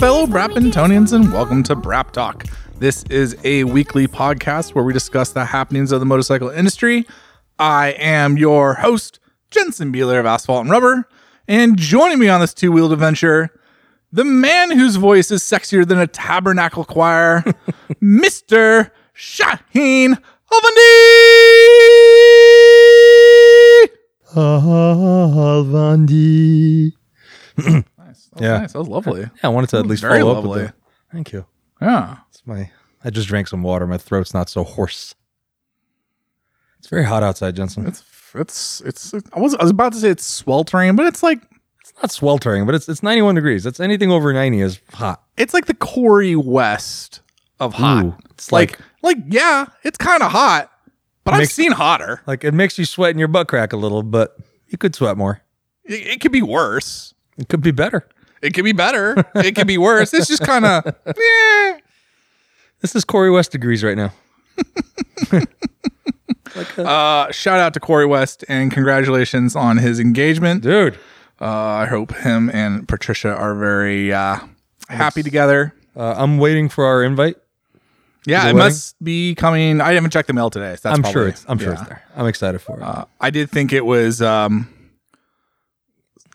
fellow Bramptonians, and welcome to Brap Talk. This is a weekly podcast where we discuss the happenings of the motorcycle industry. I am your host, Jensen Beeler of Asphalt and Rubber, and joining me on this two wheeled adventure, the man whose voice is sexier than a tabernacle choir, Mr. Shaheen Avandi! Alvandi. Nice. That was Yeah. nice. That was lovely. Yeah, I wanted to at least Very follow up lovely. with that. Thank you. Yeah. It's my. I just drank some water. My throat's not so hoarse. It's very hot outside, Jensen. It's it's it's. I was I was about to say it's sweltering, but it's like It's not sweltering, but it's it's 91 degrees. That's anything over 90 is hot. it's like the Corey West of hot. Ooh, it's like, like yeah, it's kind of hot, but I've Mixed- seen hotter. Like it makes you sweat in your butt crack a little, but you could sweat more. It, it could be worse. It could be better. It could be better. it could be worse. It's just kind of yeah. This is Corey West degrees right now. like a, Uh, shout out to Corey West and congratulations on his engagement. dude. Uh, I hope him and Patricia are very uh, happy together. Uh, I'm waiting for our invite. Yeah, The it wedding? must be coming. I haven't checked the mail today. So that's I'm probably- sure it's. I'm sure yeah. it's there. I'm excited for it. Uh, I did think it was um,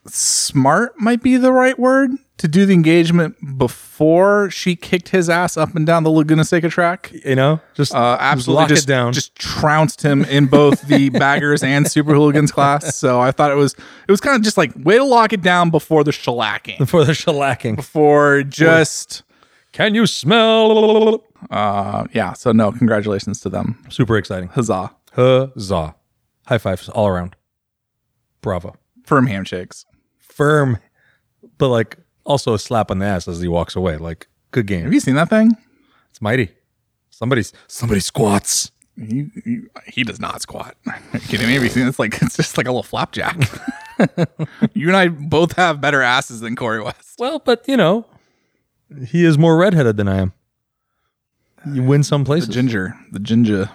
smart, might be the right word, to do the engagement before she kicked his ass up and down the Laguna Seca track. you know, just Uh, absolutely, lock it just down. just trounced him in both the baggers and super hooligans class. So I thought it was it was kind of just like way to lock it down before the shellacking, for the shellacking. before just Can you smell? uh, yeah. So no, congratulations to them, Super exciting. huzzah, Huzzah. High fives all around. Bravo. firm handshakes. Firm, but like also a slap on the ass as he walks away. Like, good Have game. you seen that thing? It's mighty. Somebody's somebody squats. You, you, he does not squat. Are you kidding me? Have you seen it's like it's just like a little flapjack. you and I both have better asses than Corey West. Well, but you know, he is more redheaded than I am. You win some The places. ginger, the ginger,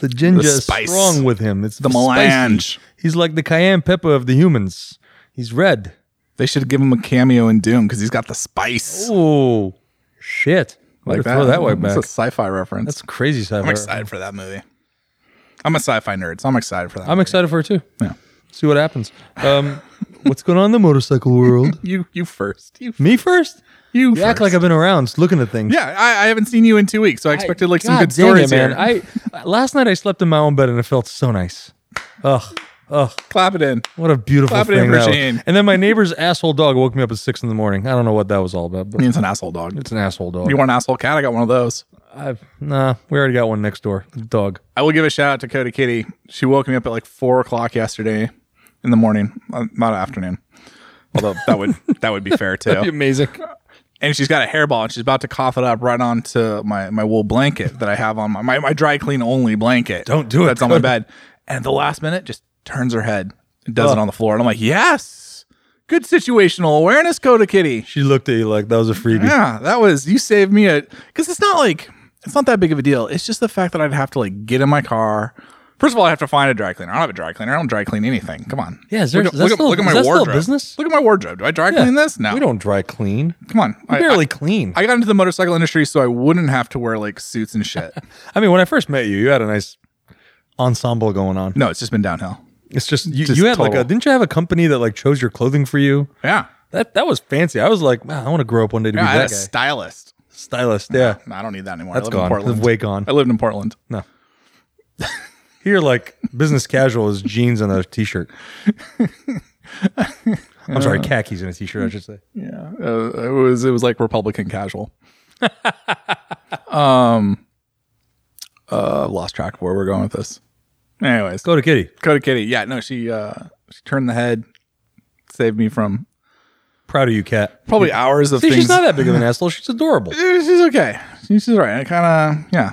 The ginger the is spice. strong with him. It's the spicy. melange. He's like the cayenne pepper of the humans. He's red. They should give him a cameo in Doom because he's got the spice Oh shit! like Gotta that. Throw that way That's back. a sci-fi reference. That's crazy stuff. I'm excited for that movie. I'm a sci-fi nerd, so I'm excited for that. I'm excited for it too. Yeah. See what happens. Um, what's going on in the motorcycle world? you you first. You Me first. you, You act like I've been around, looking at things. yeah. I, I haven't seen you in two weeks, so I expected like some God good dang stories it, man. here. I last night I slept in my own bed and it felt so nice. Ugh, ugh, Clap it in. what a beautiful Clap it in thing for that was. Shane. And then my neighbor's asshole dog woke me up at six in the morning. I don't know what that was all about, but It's an asshole dog. it's an asshole dog. You want an asshole cat? I got one of those. I've, nah, we already got one next door. Dog. I will give a shout out to Cody Kitty. She woke me up at like four o'clock yesterday in the morning, uh, not afternoon. Although that would that would be fair too. Amazing. And she's got a hairball and she's about to cough it up right onto my my wool blanket that I have on my my, my dry clean only blanket. Don't do it, That's on my Cody. bed. And at the last minute, just turns her head and does it on the floor. And I'm like, yes, good situational awareness, Coda Kitty. She looked at you like that was a freebie. Yeah, that was you saved me a because it's not like it's not that big of a deal. It's just the fact that I'd have to like get in my car. First of all, I have to find a dry cleaner. I don't have a dry cleaner. I don't dry clean anything. Come on. Yeah, is there- look, at- is that look, at- still- look at is my that still a wardrobe. business? Look at my wardrobe. Do I dry clean this? No. We don't dry clean. Come on. I, Barely clean. I, I got into the motorcycle industry so I wouldn't have to wear like suits and shit. I mean, when I first met you, you had a nice ensemble going on. no, it's just been downhill. It's just you, Just you had like total. a didn't you have a company that like chose your clothing for you? Yeah. That that was fancy. I was like, wow, I want to grow up one day to yeah I be had a that guy. stylist. Stylist, yeah. No, I don't need that anymore. That's I live in gone. It's Portland. way gone. I lived in Portland. Here, like business casual is jeans and a t-shirt. I'm sorry, khakis and a t-shirt. I should say. Yeah, uh, it was it was like Republican casual. um, uh, lost track of where we're going with this. Anyways, Go to Kitty. Coda Kitty. Yeah, no, she uh she turned the head, saved me from Proud of you, cat. probably hours of See, things. she's not that big of an asshole. She's adorable. Eh, she's okay. She's all right. I kind of yeah.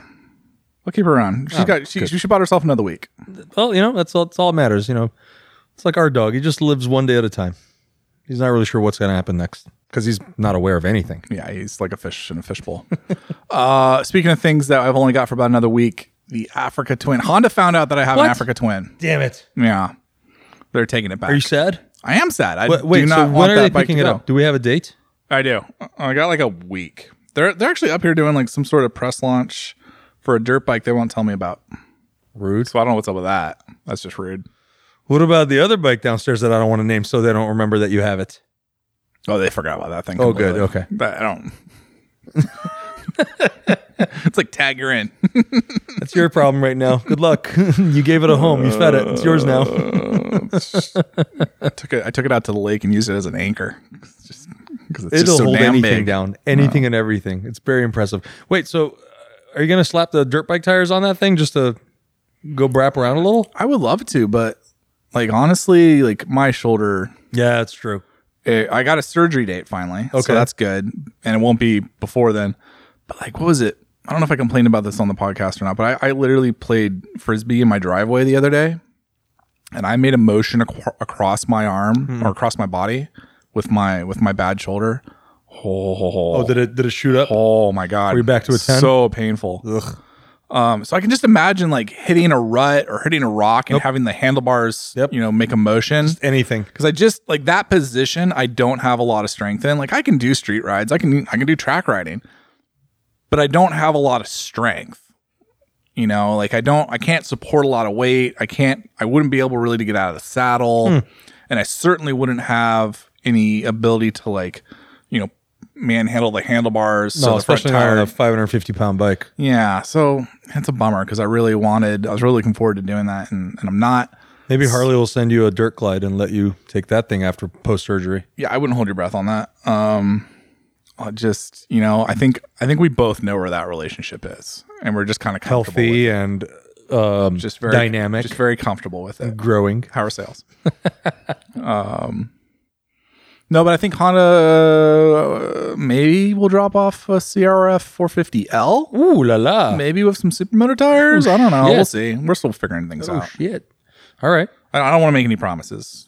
I'll keep her around. Oh, She's got she, she bought herself another week. Well, you know that's all. That's all that matters. You know, it's like our dog. He just lives one day at a time. He's not really sure what's going to happen next because he's not aware of anything. Yeah, he's like a fish in a fishbowl. uh, speaking of things that I've only got for about another week, the Africa twin. Honda found out that I have What? an Africa twin. Damn it! Yeah. They're taking it back. Are you sad? I am sad. I But wait, do so not when want are that they bike picking to it go. up? Do we have a date? I do. I got like a week. They're they're actually up here doing like some sort of press launch for a dirt bike they won't tell me about. Rude. So I don't know what's up with that. That's just rude. What about the other bike downstairs that I don't want to name so they don't remember that you have it? Oh, they forgot about that thing. Oh, good. completely. Okay. But I don't. it's like tag you're in. That's your problem right now. Good luck. you gave it a home. You fed it. It's yours now. I took it. I took it out to the lake and used it as an anchor. It's just because it's It'll just so hold damn anything big. down, anything and everything. It's very impressive. Wait, so uh, are you going to slap the dirt bike tires on that thing just to go brap around a little? I would love to, but like honestly, like my shoulder. Yeah, that's true. eh, I got a surgery date finally. Okay. so that's good, and it won't be before then. But like, what was it? I don't know if I complained about this on the podcast or not, but I, I literally played frisbee in my driveway the other day, and I made a motion ac- across my arm Hmm. or across my body with my with my bad shoulder. Oh, did it did it shoot up? Oh my god. you back to a 10? So painful. Um, so I can just imagine like hitting a rut or hitting a rock and having the handlebars, Yep. you know, make a motion. Anything. Cause I just like that position, I don't have a lot of strength in. Like I can do street rides, I can I can do track riding, but I don't have a lot of strength. You know, like I don't I can't support a lot of weight. I can't I wouldn't be able really to get out of the saddle. Hmm. And I certainly wouldn't have any ability to like, you know, manhandle the handlebars. so No, the front especially not on tire- a 550 pound bike. yeah, so it's a bummer because I really wanted, I was really looking forward to doing that, and, and I'm not. Maybe Harley will send you a dirt glide and let you take that thing after post surgery. Yeah, I wouldn't hold your breath on that. Um, I just you know, I think I think we both know where that relationship is, and we're just kind of Healthy and um, just very dynamic, just very comfortable with it. growing. Power sales. um, no, but I think Honda uh, maybe will drop off a CRF 450L, Ooh la la! maybe with some supermoto tires. I don't know. shit. We'll see. We're still figuring things Oh out. shit! All right. I I don't want to make any promises,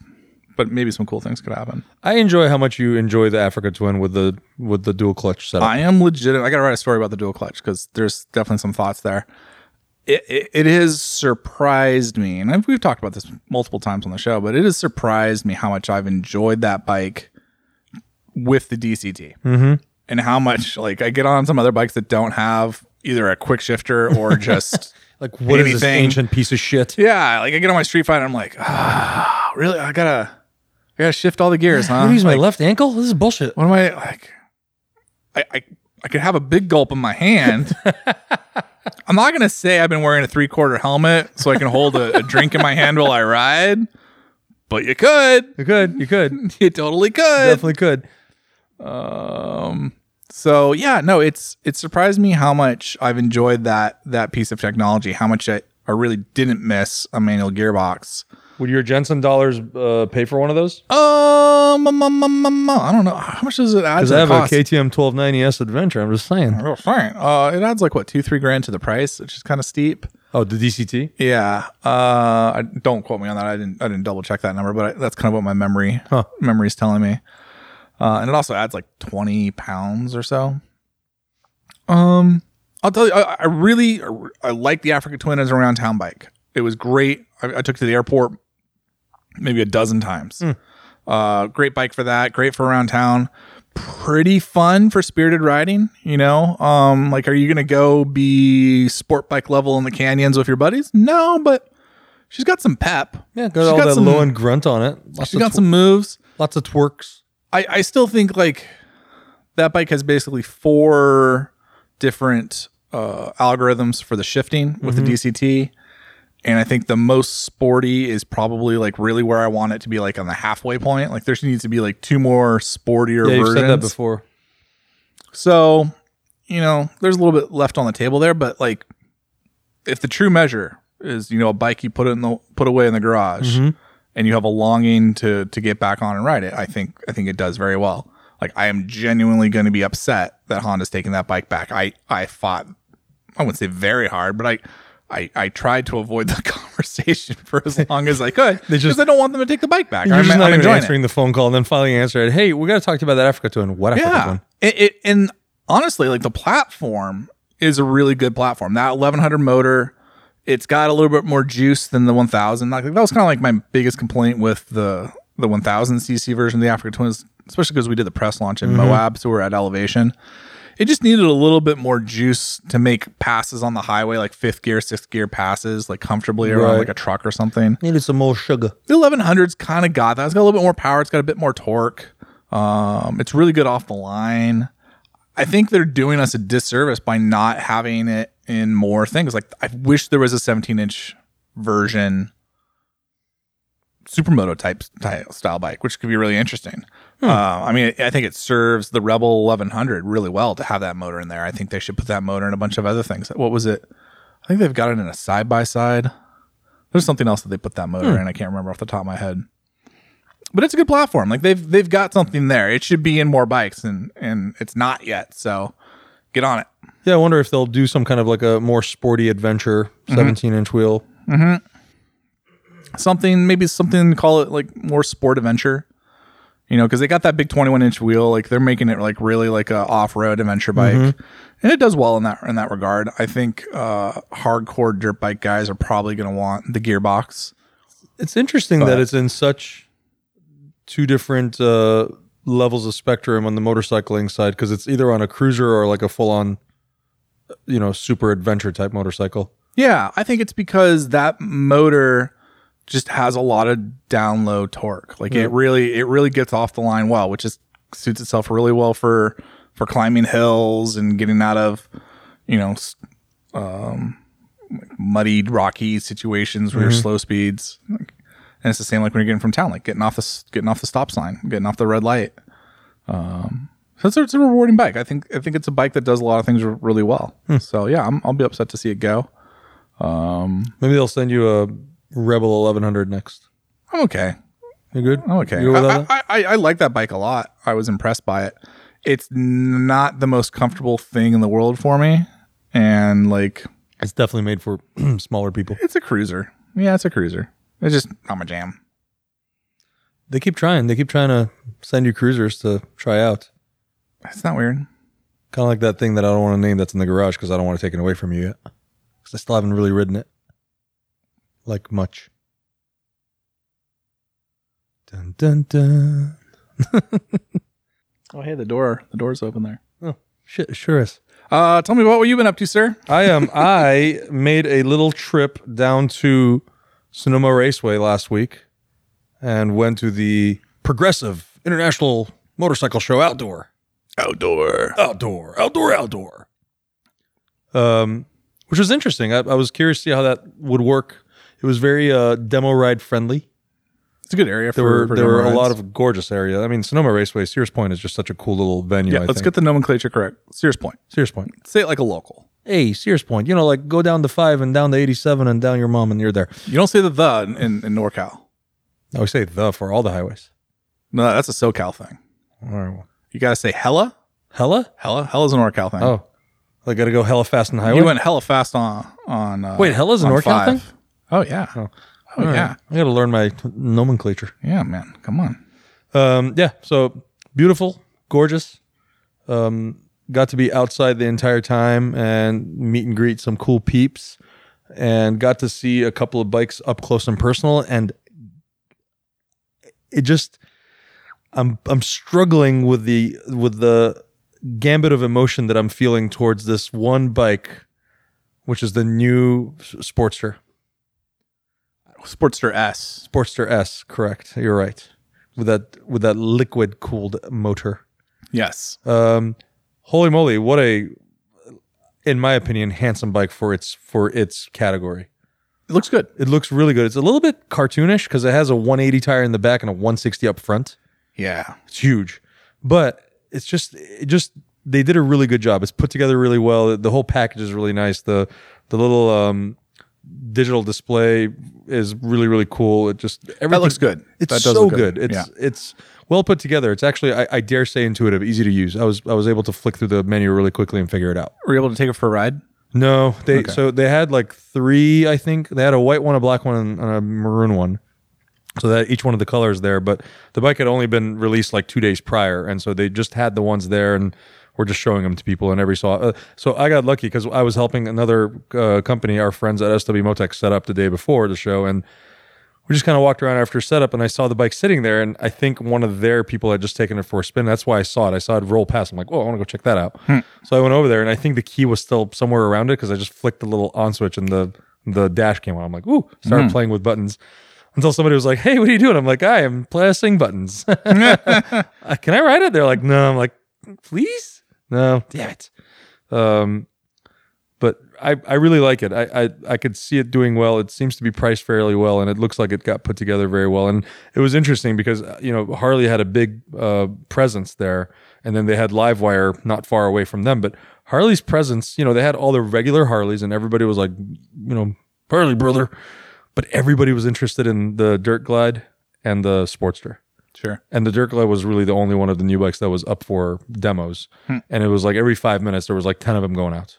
but maybe some cool things could happen. I enjoy how much you enjoy the Africa Twin with the with the dual clutch setup. I am legit. I got to write a story about the dual clutch because there's definitely some thoughts there. It, it, it has surprised me, and I've, we've talked about this multiple times on the show, but it has surprised me how much I've enjoyed that bike with the DCT and how much like I get on some other bikes that don't have either a quick shifter or just like what is this anything. ancient piece of shit? yeah, like I get on my street fight and I'm like, ah, really? I gotta, I gotta shift all the gears, huh? I'm gonna use my left ankle. This is bullshit. what am I like? I, I I could have a big gulp in my hand. I'm not gonna say I've been wearing a three quarter helmet so I can hold a, a drink in my hand while I ride, but you could, You could, you could, you totally could. definitely could. So yeah, no, it's it surprised me how much I've enjoyed that that piece of technology, how much I, I really didn't miss a manual gearbox. Would your Jensen dollars uh, pay for one of those? Um, um, um, um, um, I don't know how much does it add Because to I the have cost. a KTM 1290s Adventure. I'm just saying. Oh, fine. Uh, it adds like what two, three grand to the price, which is kind of steep. Oh, the DCT. Yeah. Uh, I, don't quote me on that. I didn't. I didn't double check that number, but I, that's kind of what my memory Huh. memory's telling me. Uh, and it also adds like twenty pounds or so. Um, I'll tell you, I, I really I like the Africa Twin as a round town bike. It was great. I, I took it to the airport maybe a dozen times. Hmm. Uh, great bike for that. Great for around town. Pretty fun for spirited riding. You know, um, like are you gonna go be sport bike level in the canyons with your buddies? No, but she's got some pep. Yeah, She's got all got that some- low and grunt on it. Lots She's of got tw- some moves. lots of twerks. I, I still think like that bike has basically four different uh, algorithms for the shifting with Mm-hmm. the DCT. And I think the most sporty is probably like really where I want it to be like on the halfway point. Like there needs to be like two more sportier Yeah, you've versions. said that before. So, you know, there's a little bit left on the table there, but like if the true measure is, you know, a bike you put in the put away in the garage Mm-hmm. and you have a longing to to get back on and ride it, I think I think it does very well. Like I am genuinely going to be upset that Honda's taking that bike back. I I fought I wouldn't say very hard, but I I, I tried to avoid the conversation for as long as I could because just- I don't want them to take the bike back. You're I'm, just not I'm even enjoying it. answering the phone call, and then finally answer it. Hey, we got to talk to you about that Africa Twin. What Africa Yeah. Twin? It, it, and honestly, like the platform is a really good platform. That 1100 motor, it's got a little bit more juice than the 1000. Like that was kind of like my biggest complaint with the the 1000 cc version of the Africa Twin is especially because we did the press launch in Mm-hmm. Moab, so we're at elevation. It just needed a little bit more juice to make passes on the highway, like fifth gear, sixth gear passes, like comfortably around Right. like a truck or something. Needed some more sugar. The 1100's kind of got that. It's got a little bit more power. It's got a bit more torque. Um, it's really good off the line. I think they're doing us a disservice by not having it in more things. Like I wish there was a 17 inch version supermoto type ty- style bike, which could be really interesting. Uh, I mean, I think it serves the Rebel 1100 really well to have that motor in there. I think they should put that motor in a bunch of other things. What was it? I think they've got it in a side by side. There's something else that they put that motor in. I can't remember off the top of my head. But it's a good platform. Like they've they've got something there. It should be in more bikes, and and it's not yet. So get on it. Yeah, I wonder if they'll do some kind of like a more sporty adventure, Mm-hmm. 17 inch wheel. Something maybe something call it like more sport adventure. You know, because they got that big 21 inch wheel. Like they're making it like really like a off road adventure bike, and it does well in that in that regard. I think uh, hardcore dirt bike guys are probably going to want the gearbox. It's interesting that it's in such two different uh, levels of spectrum on the motorcycling side because it's either on a cruiser or like a full on, you know, super adventure type motorcycle. Yeah, I think it's because that motor just has a lot of down low torque. Like it really it really gets off the line well, which is suits itself really well for for climbing hills and getting out of, you know, s- um like muddy, rocky situations where you're slow speeds. Like, and it's the same like when you're getting from town, like getting off the s- getting off the stop sign, getting off the red light. Um so it's a, it's a rewarding bike. I think I think it's a bike that does a lot of things r- really well. So yeah, I'm, I'll be upset to see it go. Maybe they'll send you a Rebel 1100 next. I'm okay. You good? I'm okay. You good with I, that? I, I, I like that bike a lot. I was impressed by it. It's n- not the most comfortable thing in the world for me. And like, It's definitely made for smaller people. it's a cruiser. Yeah, it's a cruiser. It's just not my jam. They keep trying. They keep trying to send you cruisers to try out. It's not weird. Kind of like that thing that I don't want to name that's in the garage because I don't want to take it away from you yet. Because I still haven't really ridden it. Like much. Dun dun dun. Oh, hey, the door. The door's open there. Oh, shit, it sure is. Uh, tell me what you've been up to, sir. I um I made a little trip down to Sonoma Raceway last week and went to the Progressive International Motorcycle Show outdoor. Outdoor. outdoor, outdoor, outdoor. Um, which was interesting. I, I was curious to see how that would work. It was very uh, demo ride friendly. It's a good area for There were for there demo were a rides. lot of gorgeous area. I mean, Sonoma Raceway, Sears Point is just such a cool little venue. Yeah, I let's think. get the nomenclature correct. Serious point. Sears Point. Say it like a local. Hey, Sears Point. You know, like go down to five and down to eighty-seven and down your mom and you're there. You don't say the the in, in, in NorCal. I always say the for all the highways. No, that's a SoCal thing. All right. well, You got to say hella. Hella? Hella. Hella's an NorCal thing. Oh, I got to go hella fast and highway. You went hella fast on on. Uh, Wait, hella's an on NorCal five. thing? Oh yeah. Oh, All right. yeah. I got to learn my nomenclature. Yeah, man. Come on. Um, yeah, so beautiful, gorgeous. Um, got to be outside the entire time and meet and greet some cool peeps, and got to see a couple of bikes up close and personal. And it just, I'm I'm struggling with the with the gambit of emotion that I'm feeling towards this one bike, which is the new S- Sportster. Sportster S. Sportster S, correct? You're right. With that with that liquid cooled motor. Yes. Um, holy moly, what a, in my opinion, handsome bike for its for its category. It looks good. It looks really good. It's a little bit cartoonish because it has a 180 tire in the back and a 160 up front. Yeah. It's huge, but it's just it just they did a really good job. It's put together really well. The whole package is really nice. The the little um, digital display is really really cool. It just everything That looks good. it's that so look good. It's yeah. it's well put together. It's actually I, I dare say intuitive, easy to use. I was I was able to flick through the menu really quickly and figure it out. Were you able to take it for a ride? No, they so they had like three. I think they had a white one, a black one, and a maroon one. So that each one of the colors there, but the bike had only been released like two days prior, and so they just had the ones there and were just showing them to people. And every saw, uh, so I got lucky because I was helping another uh, company, our friends at SW Motec, set up the day before the show, and we we just kind of walked around after setup and I saw the bike sitting there. And I think one of their people had just taken it for a spin. That's why I saw it. I saw it roll past. I'm like, oh, I want to go check that out. So I went over there and I think the key was still somewhere around it because I just flicked the little on switch and the, the dash came on. I'm like, ooh, started playing with buttons until somebody was like, hey, what are you doing? I'm like, I am pressing buttons. Uh, Can I ride it? They're like, No. I'm like, Please? No. Damn it. Um, but I, I really like it. I, I I could see it doing well. It seems to be priced fairly well, and it looks like it got put together very well. And it was interesting because uh, you know Harley had a big uh, presence there, and then they had Livewire not far away from them. But Harley's presence, you know, they had all the regular Harleys, and everybody was like, you know, Harley brother. But everybody was interested in the Dirt Glide and the Sportster. Sure. And the Dirkla was really the only one of the new bikes that was up for demos. And it was like every five minutes, there was like 10 of them going out.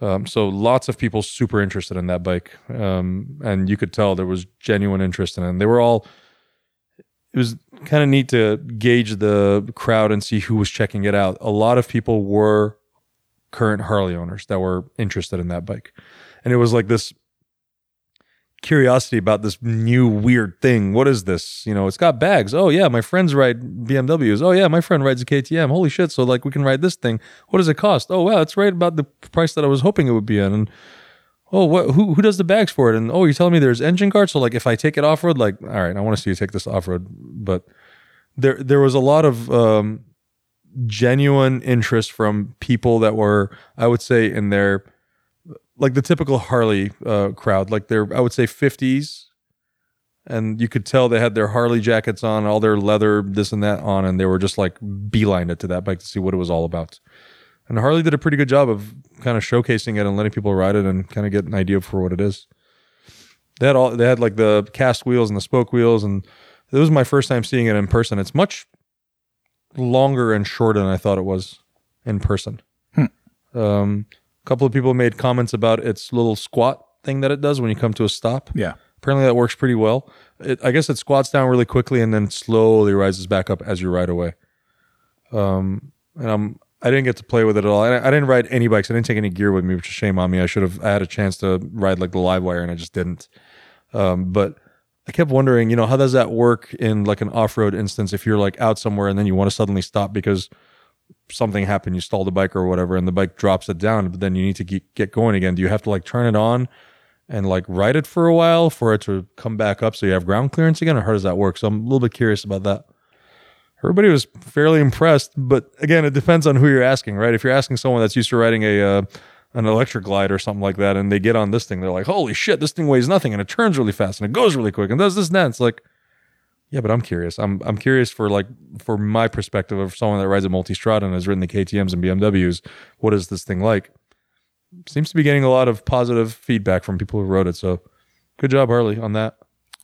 Um, so lots of people super interested in that bike. Um, and you could tell there was genuine interest in it. And they were all, it was kind of neat to gauge the crowd and see who was checking it out. A lot of people were current Harley owners that were interested in that bike. And it was like this curiosity about this new weird thing. What is this? You know, it's got bags. Oh yeah, my friends ride BMWs. Oh yeah, my friend rides a KTM. Holy shit! So like, we can ride this thing. What does it cost? Oh wow, it's right about the price that I was hoping it would be in. And oh, what? Who who does the bags for it? And oh, you're telling me there's engine guards. So like, if I take it off road, like, all right, I want to see you take this off road. But there there was a lot of um, genuine interest from people that were, I would say, in their like the typical Harley uh, crowd, like they're I would say fifties, and you could tell they had their Harley jackets on, all their leather, this and that on, and they were just like beelined it to that bike to see what it was all about. And Harley did a pretty good job of kind of showcasing it and letting people ride it and kind of get an idea for what it is. They had all they had like the cast wheels and the spoke wheels, and this was my first time seeing it in person. It's much longer and shorter than I thought it was in person. Um, a couple of people made comments about its little squat thing that it does when you come to a stop. Yeah. Apparently that works pretty well. It, I guess it squats down really quickly and then slowly rises back up as you ride away. Um, and I'm I didn't get to play with it at all. And I, I didn't ride any bikes. I didn't take any gear with me, which is a shame on me. I should have. I had a chance to ride like the live wire, and I just didn't. Um, but I kept wondering, you know, how does that work in like an off-road instance if you're like out somewhere and then you want to suddenly stop because something happened, you stall the bike or whatever, and the bike drops it down, but then you need to get, get going again. Do you have to like turn it on and like ride it for a while for it to come back up so you have ground clearance again? Or how does that work? So I'm a little bit curious about that. Everybody was fairly impressed, but again, it depends on who you're asking, right? If you're asking someone that's used to riding a uh, an electric glide or something like that, and they get on this thing, they're like, "Holy shit, this thing weighs nothing, and it turns really fast, and it goes really quick, and does this and that." It's like, yeah, but I'm curious. I'm I'm curious for like for my perspective of someone that rides a multistrada and has ridden the KTM's and BMWs. What is this thing like? Seems to be getting a lot of positive feedback from people who rode it. So, good job, Harley, on that.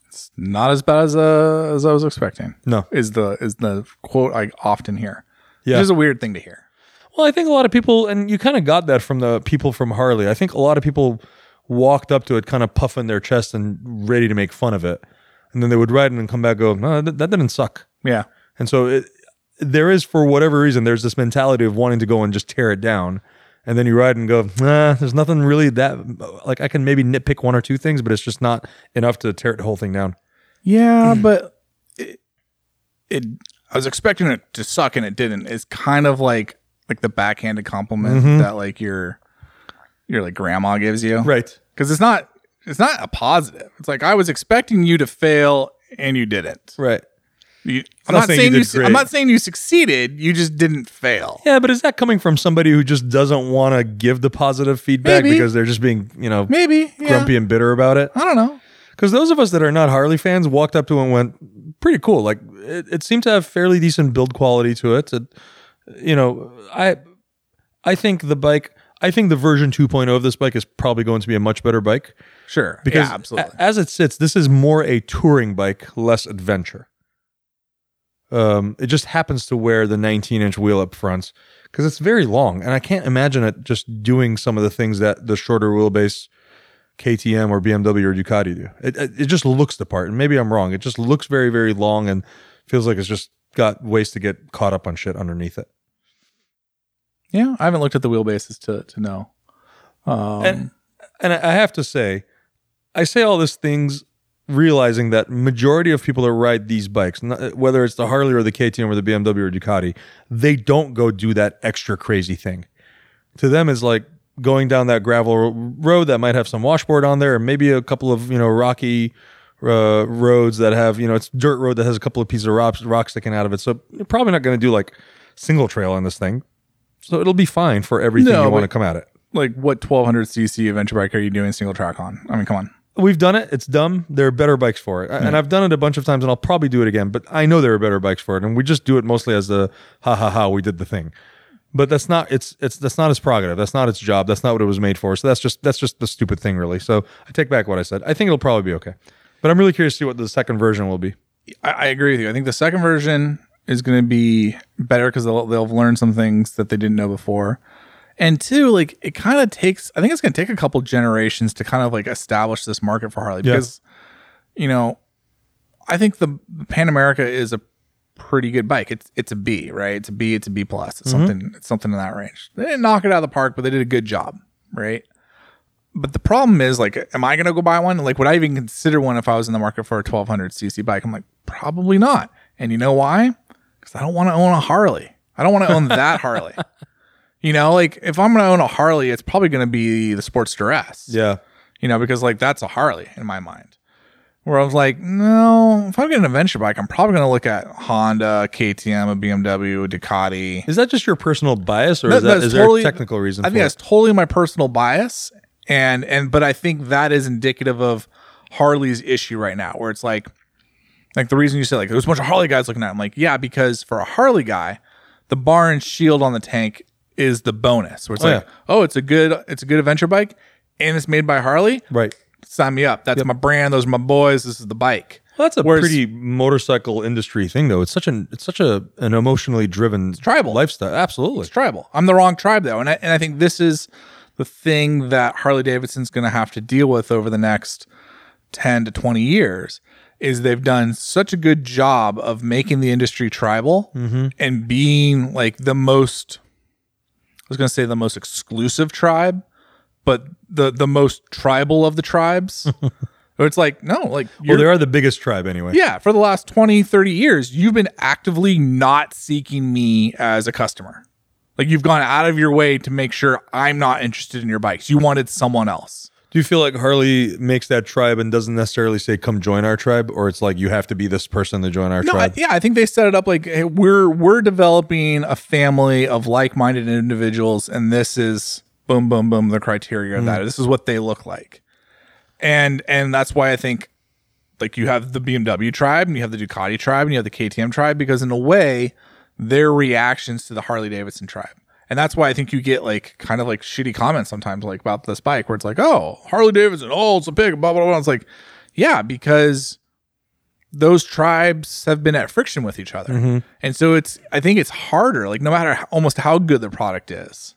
It's not as bad as uh, as I was expecting. No. Is the is the quote I often hear. Yeah. Which is a weird thing to hear. Well, I think a lot of people, and you kind of got that from the people from Harley. I think a lot of people walked up to it kind of puffing their chest and ready to make fun of it, and then they would ride it and come back and go, no, that, that didn't suck. Yeah. And so it, there is, for whatever reason, there's this mentality of wanting to go and just tear it down. And then you ride and go, nah, there's nothing really that, like, I can maybe nitpick one or two things, but it's just not enough to tear the whole thing down. Yeah, but Mm. it, it I was expecting it to suck and it didn't. It's kind of like like the backhanded compliment Mm-hmm. that like your your like grandma gives you. Right. Cuz it's not it's not a positive. It's like I was expecting you to fail and you didn't. Right. You, I'm not not saying saying, you you, did su- great. I'm not saying you succeeded, you just didn't fail. Yeah, but is that coming from somebody who just doesn't want to give the positive feedback Maybe. because they're just being, you know, Maybe. Yeah. Uh. grumpy and bitter about it? I don't know. Because those of us that are not Harley fans walked up to it and went, pretty cool. Like it, it seemed to have fairly decent build quality to it. It- you know, I I think the bike, I think the version 2.0 of this bike is probably going to be a much better bike. Sure. Because yeah, absolutely. a- as it sits, this is more a touring bike, less adventure. Um, it just happens to wear the 19 inch wheel up front because it's very long, and I can't imagine it just doing some of the things that the shorter wheelbase KTM or BMW or Ducati do. It, it, it just looks the part, and maybe I'm wrong. It just looks very, very long and feels like it's just got ways to get caught up on shit underneath it. yeah, I haven't looked at the wheelbases to to know. Um, and I I have to say, I say all these things realizing that majority of people that ride these bikes, not- whether it's the Harley or the KTM or the BMW or Ducati, they don't go do that extra crazy thing. To them, is like going down that gravel ro- road that might have some washboard on there, and maybe a couple of you know rocky uh, roads that have you know it's dirt road that has a couple of pieces of rocks, rocks sticking out of it. So you're probably not going to do like single trail on this thing. So it'll be fine for everything No, you want to but- come at it. Like, what 1200 cc adventure bike are you doing single track on? I mean, come on. We've done it. It's dumb. There are better bikes for it. I- And I've done it a bunch of times and I'll probably do it again, but I know there are better bikes for it. And we just do it mostly as a ha ha ha, we did the thing. But that's not it's it's that's not its prerogative. That's not its job. That's not what it was made for. So that's just that's just the stupid thing really. So I take back what I said. I think it'll probably be okay. But I'm really curious to see what the second version will be. I, I agree with you. I think the second version is going to be better because they'll, they'll have learned some things that they didn't know before. And two, like it kind of takes, I think it's going to take a couple generations to kind of like establish this market for Harley because, you know, I think the Pan America is a pretty good bike. It's it's a B, right? It's a B, it's a B plus. It's something it's something in that range. They didn't knock it out of the park, but they did a good job, right? But the problem is, like, am I going to go buy one? Like, would I even consider one if I was in the market for a 1200 cc bike? I'm like, probably not. And you know why? Because I don't want to own a Harley. I don't want to own that Harley. You know, like if I'm going to own a Harley, it's probably going to be the Sports Duress Yeah. you know, because like that's a Harley in my mind. Where I was like, no, if I'm getting an adventure bike, I'm probably going to look at Honda, KTM, a BMW, a Ducati. Is that just your personal bias or That- is that that's is totally- there a technical reason I think for that's it? totally my personal bias, and and but I think that is indicative of Harley's issue right now, where it's like, like the reason you say like there's a bunch of Harley guys looking at, it, I'm like, yeah, because for a Harley guy, the bar and shield on the tank is the bonus. Where it's Oh, like, yeah. oh, it's a good, it's a good adventure bike, and it's made by Harley Right. sign me up. That's my brand. Those are my boys. This is the bike. Well, that's a Whereas- pretty motorcycle industry thing, though. It's such an it's such a an emotionally driven tribal. lifestyle. Absolutely, It's tribal. I'm the wrong tribe though, and I, and I think this is the thing that Harley Davidson's going to have to deal with over the next ten to twenty years. Is they've done such a good job of making the industry tribal and being like the most. I was going to say the most exclusive tribe, but the the most tribal of the tribes. Where it's like no, like well, you're they are the biggest tribe anyway. Yeah, for the last 20, 30 years, you've been actively not seeking me as a customer. Like you've gone out of your way to make sure I'm not interested in your bikes. You wanted someone else. Do you feel like Harley makes that tribe and doesn't necessarily say "come join our tribe," or it's like you have to be this person to join our No, I, tribe? yeah, I think they set it up like hey, we're we're developing a family of like-minded individuals, and this is boom, boom, boom. The criteria of that. This is what they look like, and and that's why I think like you have the BMW tribe, and you have the Ducati tribe, and you have the KTM tribe because in a way, their reactions to the Harley Davidson tribe. And that's why I think you get like kind of like shitty comments sometimes like about this bike where it's like, oh, Harley Davidson, oh, it's a pig, blah, blah, blah. It's like, yeah, because those tribes have been at friction with each other. And so it's, I think it's harder, like no matter how, almost how good the product is,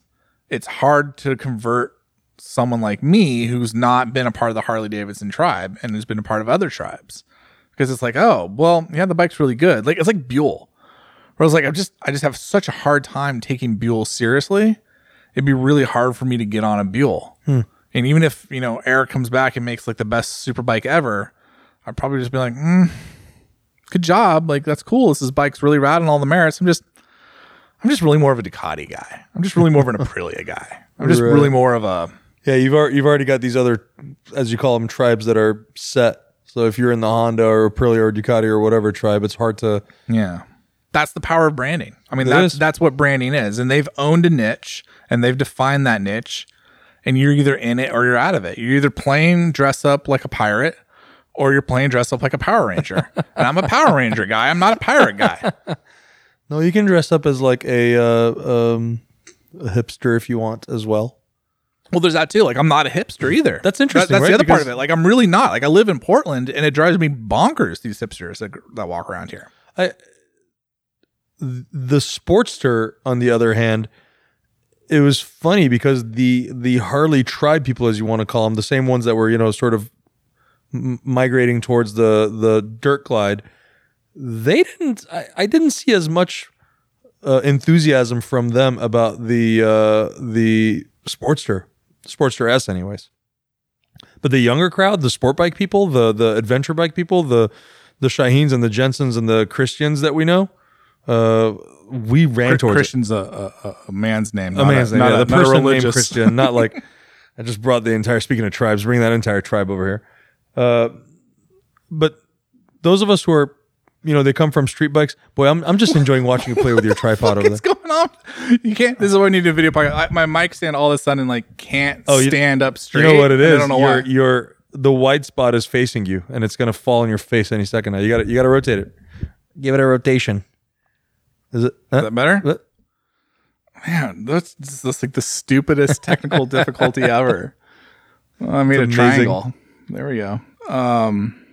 it's hard to convert someone like me who's not been a part of the Harley Davidson tribe and who's been a part of other tribes. Because it's like, oh, well, yeah, the bike's really good. Like it's like Buell. Where I was like, I'm just I just have such a hard time taking Buell seriously. It'd be really hard for me to get on a Buell. And even if, you know, Eric comes back and makes like the best super bike ever, I'd probably just be like, mm, good job. Like that's cool. This is bike's really rad and all the merits. I'm just I'm just really more of a Ducati guy. I'm just really more of an Aprilia guy. I'm just Right. really more of a Yeah, you've already, you've already got these other, as you call them, tribes that are set. So if you're in the Honda or Aprilia or Ducati or whatever tribe, it's hard to. Yeah. That's the power of branding. I mean, that's is. that's what branding is. And they've owned a niche and they've defined that niche. And you're either in it or you're out of it. You're either playing dress up like a pirate or you're playing dress up like a Power Ranger. and I'm a Power Ranger guy. I'm not a pirate guy. No, you can dress up as like a, uh, um, a hipster if you want as well. Well, there's that too. Like, I'm not a hipster either. That's interesting, that's right? the other part Because- of it. Like, I'm really not. Like, I live in Portland and it drives me bonkers, these hipsters that, that walk around here. the Sportster, on the other hand, it was funny because the the Harley tribe people, as you want to call them, the same ones that were you know sort of m- migrating towards the the dirt glide, they didn't. I, I didn't see as much uh, enthusiasm from them about the uh, the Sportster, Sportster S, anyways. But the younger crowd, the sport bike people, the the adventure bike people, the the Shaheens and the Jensens and the Christians that we know, uh, we ran towards it. Christian's a, a, a- a man's name. a not man's name. not yeah, the not a person named religious- Christian, not like I just brought the entire. Speaking of tribes, bring that entire tribe over here. Uh, but those of us who are, you know, they come from street bikes. Boy, I'm, I'm just enjoying watching you play with your tripod over there. What's going on? You can't. This is why I need a video podcast. I, my mic stand all of a sudden like can't Oh, you- stand up You straight. know what it and is? e- I don't know your, why. your the white spot is facing you, and it's gonna fall in your face any second. Now you got to you got to rotate it. Give it a rotation. Is Is it? huh? that better? What? Man, that's this is like the stupidest technical difficulty ever. Well, I made a amazing. triangle. There we go. Um,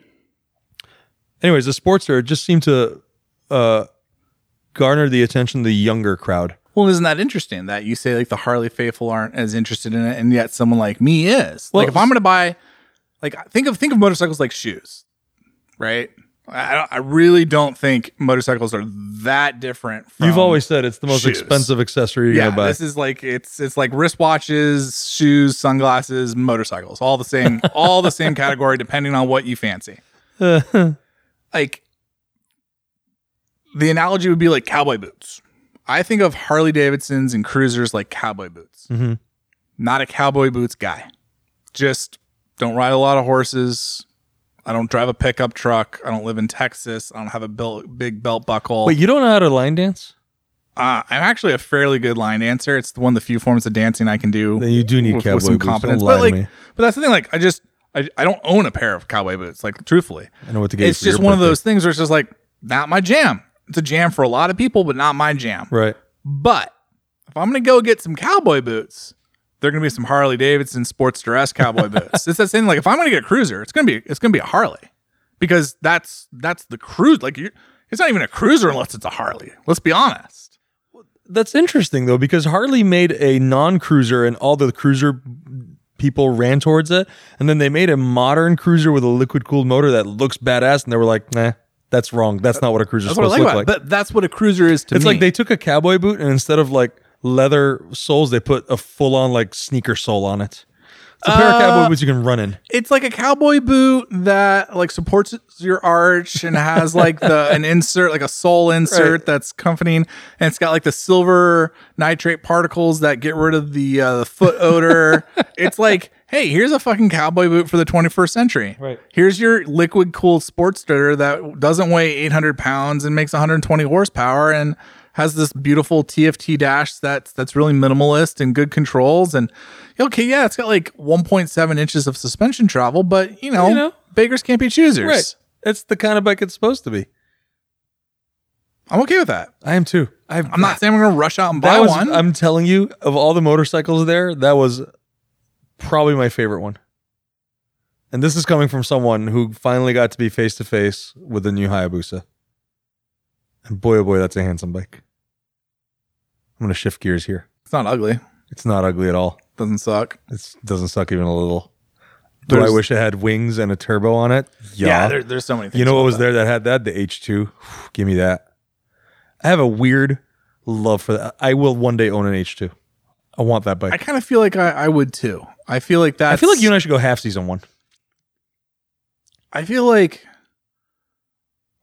Anyways, the sportster just seemed to uh, garner the attention of the younger crowd. well, isn't that interesting that you say like the Harley faithful aren't as interested in it, and yet someone like me is? Well, like if I'm going to buy, like think of think of motorcycles like shoes, right? I, I don't, I really don't think motorcycles are that different. From You've always said it's the most shoes. expensive accessory you're yeah. gonna buy. This is like it's it's like wristwatches, shoes, sunglasses, motorcycles, all the same, all the same category, depending on what you fancy. like the analogy would be like cowboy boots. I think of Harley Davidsons and cruisers like cowboy boots. Mhm. Not a cowboy boots guy. Just don't ride a lot of horses. I don't drive a pickup truck. I don't live in Texas. I don't have a bel- big belt buckle. Wait, you don't know how to line dance? Uh, I'm actually a fairly good line dancer. It's one of the few forms of dancing I can do Then you do need with, cowboy with some boots. Don't confidence. lie But to like, me. but that's the thing. Like, I just I, I don't own a pair of cowboy boots. Like, truthfully, I know what to get. you it's for just your one of birthday. those things where it's just like not my jam. It's a jam for a lot of people, but not my jam. Right. But if I'm gonna go get some cowboy boots, they're gonna be some Harley Davidson Sportster S cowboy boots. It's that same like if I'm gonna get a cruiser, it's gonna be it's gonna be a Harley because that's that's the cruise. Like you, it's not even a cruiser unless it's a Harley. Let's be honest. That's interesting though, because Harley made a non-cruiser, and all the cruiser people ran towards it, and then they made a modern cruiser with a liquid-cooled motor that looks badass, and they were like, "Nah, that's wrong. That's not what a cruiser's That's what I supposed like to look about like." it. But that's what a cruiser is to It's me. like they took a cowboy boot, and instead of like leather soles, they put a full-on like sneaker sole on it. It's a pair of Uh, cowboy boots you can run in. it's like a cowboy boot that like supports your arch and has like the an insert like a sole insert Right. that's comforting and it's got like the silver nitrate particles that get rid of the uh, the foot odor it's like hey here's a fucking cowboy boot for the 21st century Right. here's your liquid cooled sportster that doesn't weigh 800 pounds and makes 120 horsepower and has this beautiful TFT dash that's that's really minimalist and good controls and okay yeah it's got like 1.7 inches of suspension travel but you know, You know? beggars can't be choosers Right. It's the kind of bike it's supposed to be. I'm okay with that I am too. i I'm not saying I'm gonna rush out and buy that was, um, one I'm telling you, of all the motorcycles there, that was probably my favorite one. And this is coming from someone who finally got to be face to face with the new Hayabusa. And boy, oh boy, that's a handsome bike. I'm gonna shift gears here. it's not ugly It's not ugly at all. doesn't suck It doesn't suck even a little. Do I There's- wish it had wings and a turbo on it? yeah there, there's so many things You know what about was that. there that had that? The H2. Give me that. I have a weird love for that. I will one day own an H2. I want that I bike. kind of feel like I, I would too I feel like I, that feel like you and I should go half season one. I feel like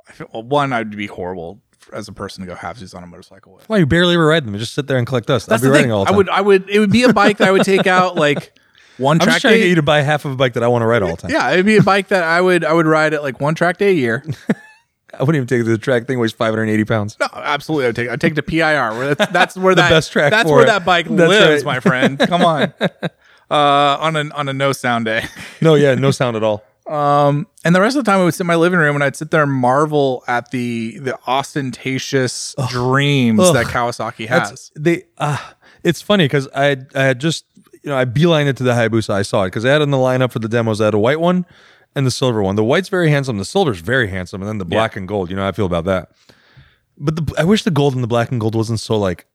I feel well, one I'd be horrible f- as a person to go halfsies on a motorcycle with. Why you barely ever ride them? You just sit there and collect dust. That's I'd be the riding thing. all the I time. would I would it would be a bike that I would take out like one I'm track just trying to get day. you to buy half of a bike that I want to ride all the time. yeah, it'd be a bike that I would I would ride at like one track day a year. I wouldn't even take it to the track. Thing weighs 580 pounds. No, absolutely. I would take I take it to PIR. Where that's, that's where The that, best track That's for where it. that bike That's lives, right. my friend. Come on. Uh, on a on a no sound day. No, yeah, no sound at all. Um, and the rest of the time, I would sit in my living room and I'd sit there and marvel at the the ostentatious dreams Ugh. that Kawasaki has. That's they. Uh, it's funny because I I had just you know I beelined it to the Hayabusa. I saw it because I had in the lineup for the demos. I had a white one and the silver one. The white's very handsome. The silver's very handsome, and then the black and gold. You know how I feel about that. But the, I wish the gold and the black and gold wasn't so like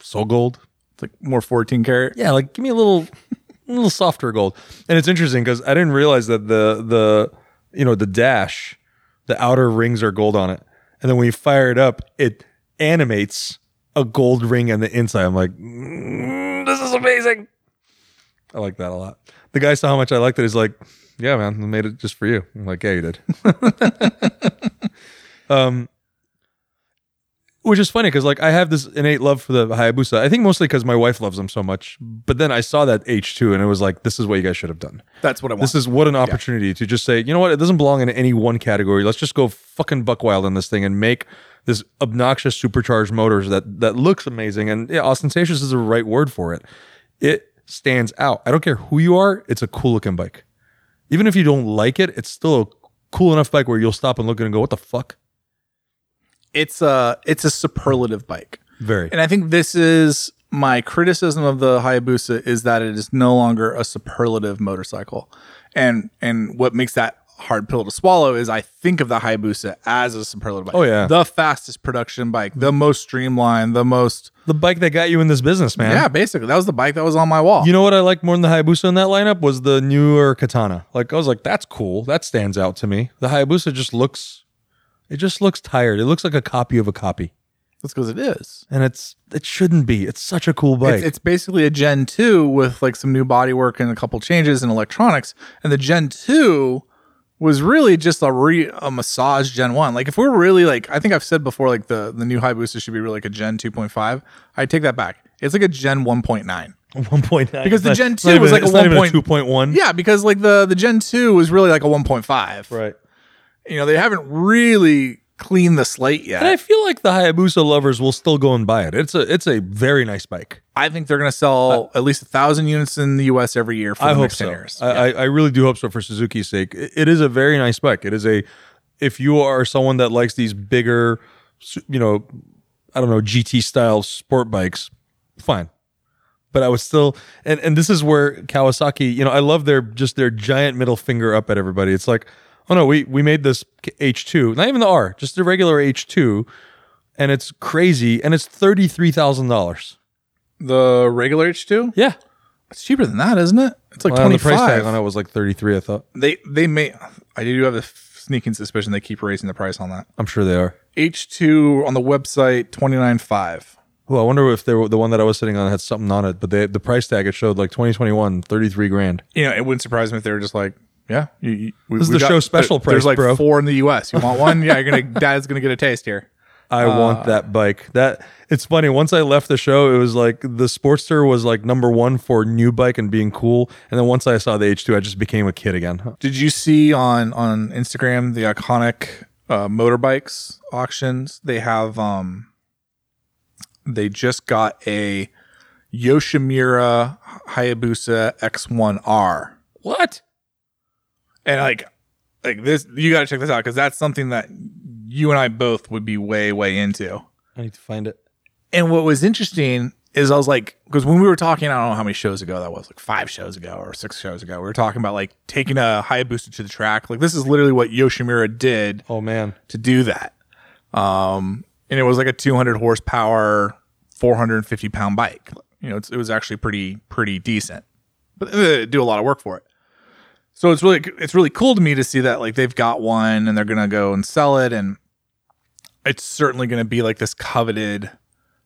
so gold. It's like more 14 karat. Yeah, like give me a little a little softer gold. And it's interesting because I didn't realize that the the you know the dash, the outer rings are gold on it, and then when you fire it up, it animates a gold ring on the inside. I'm like, "Mm, this is amazing. I like that a lot. the guy saw how much I liked it. He's like, "Yeah, man, I made it just for you." I'm like, "Yeah, you did." um, which is funny because like I have this innate love for the Hayabusa. I think mostly because my wife loves them so much. But then I saw that H two and it was like, "This is what you guys should have done." That's what I want. This is what an opportunity to just say, you know what, it doesn't belong in any one category. Let's just go fucking buck wild on this thing and make this obnoxious supercharged motors that that looks amazing and yeah, ostentatious is the right word for it. It stands out. I don't care who you are, it's a cool looking bike. Even if you don't like it, it's still a cool enough bike where you'll stop and look at it and go, what the fuck? it's a it's a superlative bike. Very. And I think this is my criticism of the Hayabusa is that it is no longer a superlative motorcycle. And and what makes that hard pill to swallow is I think of the Hayabusa as a superlative bike. Oh, yeah. The fastest production bike, the most streamlined, the most The bike that got you in this business, man. Yeah, basically. That was the bike that was on my wall. You know what I like more than the Hayabusa in that lineup was the newer Katana. Like I was like, that's cool. That stands out to me. The Hayabusa just looks, it just looks tired. It looks like a copy of a copy, That's because it is. and it's it shouldn't be. It's such a cool bike. It's, it's basically a Gen 2 with like some new bodywork and a couple changes in electronics. And the Gen 2 was really just a re a massage Gen 1. Like if we're really like I think I've said before like the the new Hayabusa should be really like a Gen 2.5. I take that back. It's like a Gen 1.9. one point nine because the Gen 2 was like a two 1.1. point one. Yeah, because like the the Gen 2 was really like a 1.5. right. You know, they haven't really cleaned the slate yet. And I feel like the Hayabusa lovers will still go and buy it. It's a it's a very nice bike. I think they're going to sell at least a 1,000 units in the US every year for Uh, I the hope next 10 so. years. I, I, I really do hope so for Suzuki's sake. It- it is a very nice bike. It is a if you are someone that likes these bigger, su- you know, I don't know GT style sport bikes, fine. But I was still, and and this is where Kawasaki. You know, I love their just their giant middle finger up at everybody. It's like, oh no, we we made this H two, not even the R, just the regular H two, and it's crazy, and it's thirty three thousand dollars. The regular H2? Yeah, It's cheaper than that, isn't it? It's like Well, and twenty the price tag five. on it was like thirty three. I thought They they may. I do have a sneaking suspicion they keep raising the price on that. I'm sure they are. H two on the website twenty nine five. Well, I wonder if they were, the one that I was sitting on had something on it, but they, the price tag it showed like 2021, 33 grand. You know, it wouldn't surprise me if they were just like, yeah, you, you, we, This is we the show special there- There's like price, bro. four in the U.S. You want one? yeah, you're gonna. Dad's gonna get a taste here. I want that bike. That it's funny. Once I left the show, it was like the Sportster was like number one for new bike and being cool, and then once I saw the H2, I just became a kid again. Did you see on on Instagram the iconic uh, motorbikes auctions? They have um they just got a Yoshimura Hayabusa X1R. What? And like like this you got to check this out cuz that's something that you and I both would be way way into. I need to find it. And what was interesting is I was like, because when we were talking, I don't know how many shows ago that was, like five shows ago or six shows ago, we were talking about like taking a Hayabusa to the track. Like this is literally what Yoshimura did Oh man, to do that. Um, and it was like a 200 horsepower, 450 pound bike. You know, it's, it was actually pretty pretty decent, but they do a lot of work for it. So it's really it's really cool to me to see that like they've got one and they're gonna go and sell it, and it's certainly gonna be like this coveted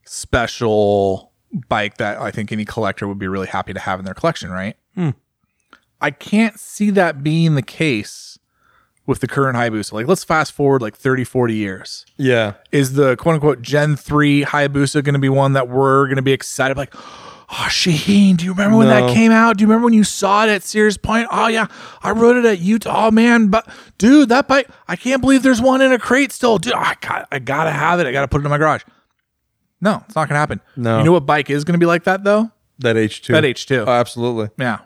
special bike that I think any collector would be really happy to have in their collection, right? Hmm. I can't see that being the case with the current Hayabusa. Like, let's fast forward like 30, 40 years. yeah. Is the quote unquote Gen 3 Hayabusa going to be one that we're going to be excited? Like, oh, Shaheen, do you remember when No. that came out? Do you remember when you saw it at Sears Point? Oh, yeah. I rode it at Utah. Oh, man. But, dude, that bike, I can't believe there's one in a crate still. Dude, I got, I got to have it. I got to put it in my garage. No, it's not going to happen. No. You know what bike is going to be like that, though? That H2. That H2. Oh, absolutely. Yeah.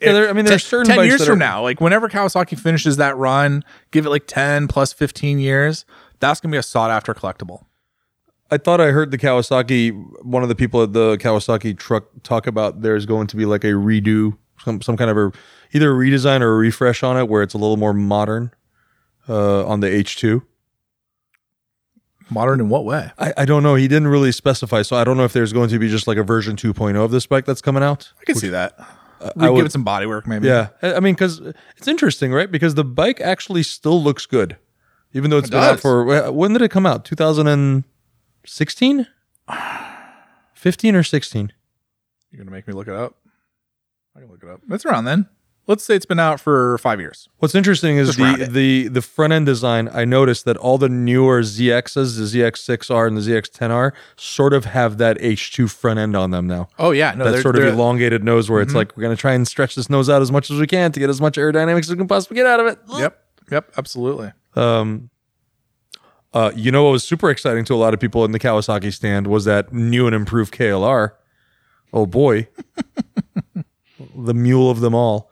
Yeah, there- I mean, there are certain ten bikes years that from are- now, like whenever Kawasaki finishes that run, give it like ten plus fifteen years. That's gonna be a sought after collectible. I thought I heard the Kawasaki. One of the people at the Kawasaki truck talk about there's going to be like a redo, some some kind of a either a redesign or a refresh on it, where it's a little more modern uh, on the H2. Modern in what way? I, I don't know. He didn't really specify, so I don't know if there's going to be just like a version 2.0 of this bike that's coming out. I can see that. I We would- give it some body work, maybe. Yeah, I I mean, because it's interesting, right? Because the bike actually still looks good, even though it's been out does. for when did it come out? 2016, 15 or 16? You're gonna make me look it up. I can look it up. It's around then. Let's say it's been out for five years. What's interesting is Just round the, it. the the front end design. I noticed that all the newer ZXs, the ZX6R and the ZX10R, sort of have that H2 front end on them now. Oh yeah, no, that they're- sort of they're- Mm-hmm. elongated nose where it's like we're gonna try and stretch this nose out as much as we can to get as much aerodynamics as we can possibly get out of it. Yep, yep, absolutely. Um, uh, you know what was super exciting to a lot of people in the Kawasaki stand was that new and improved KLR. Oh boy, the mule of them all.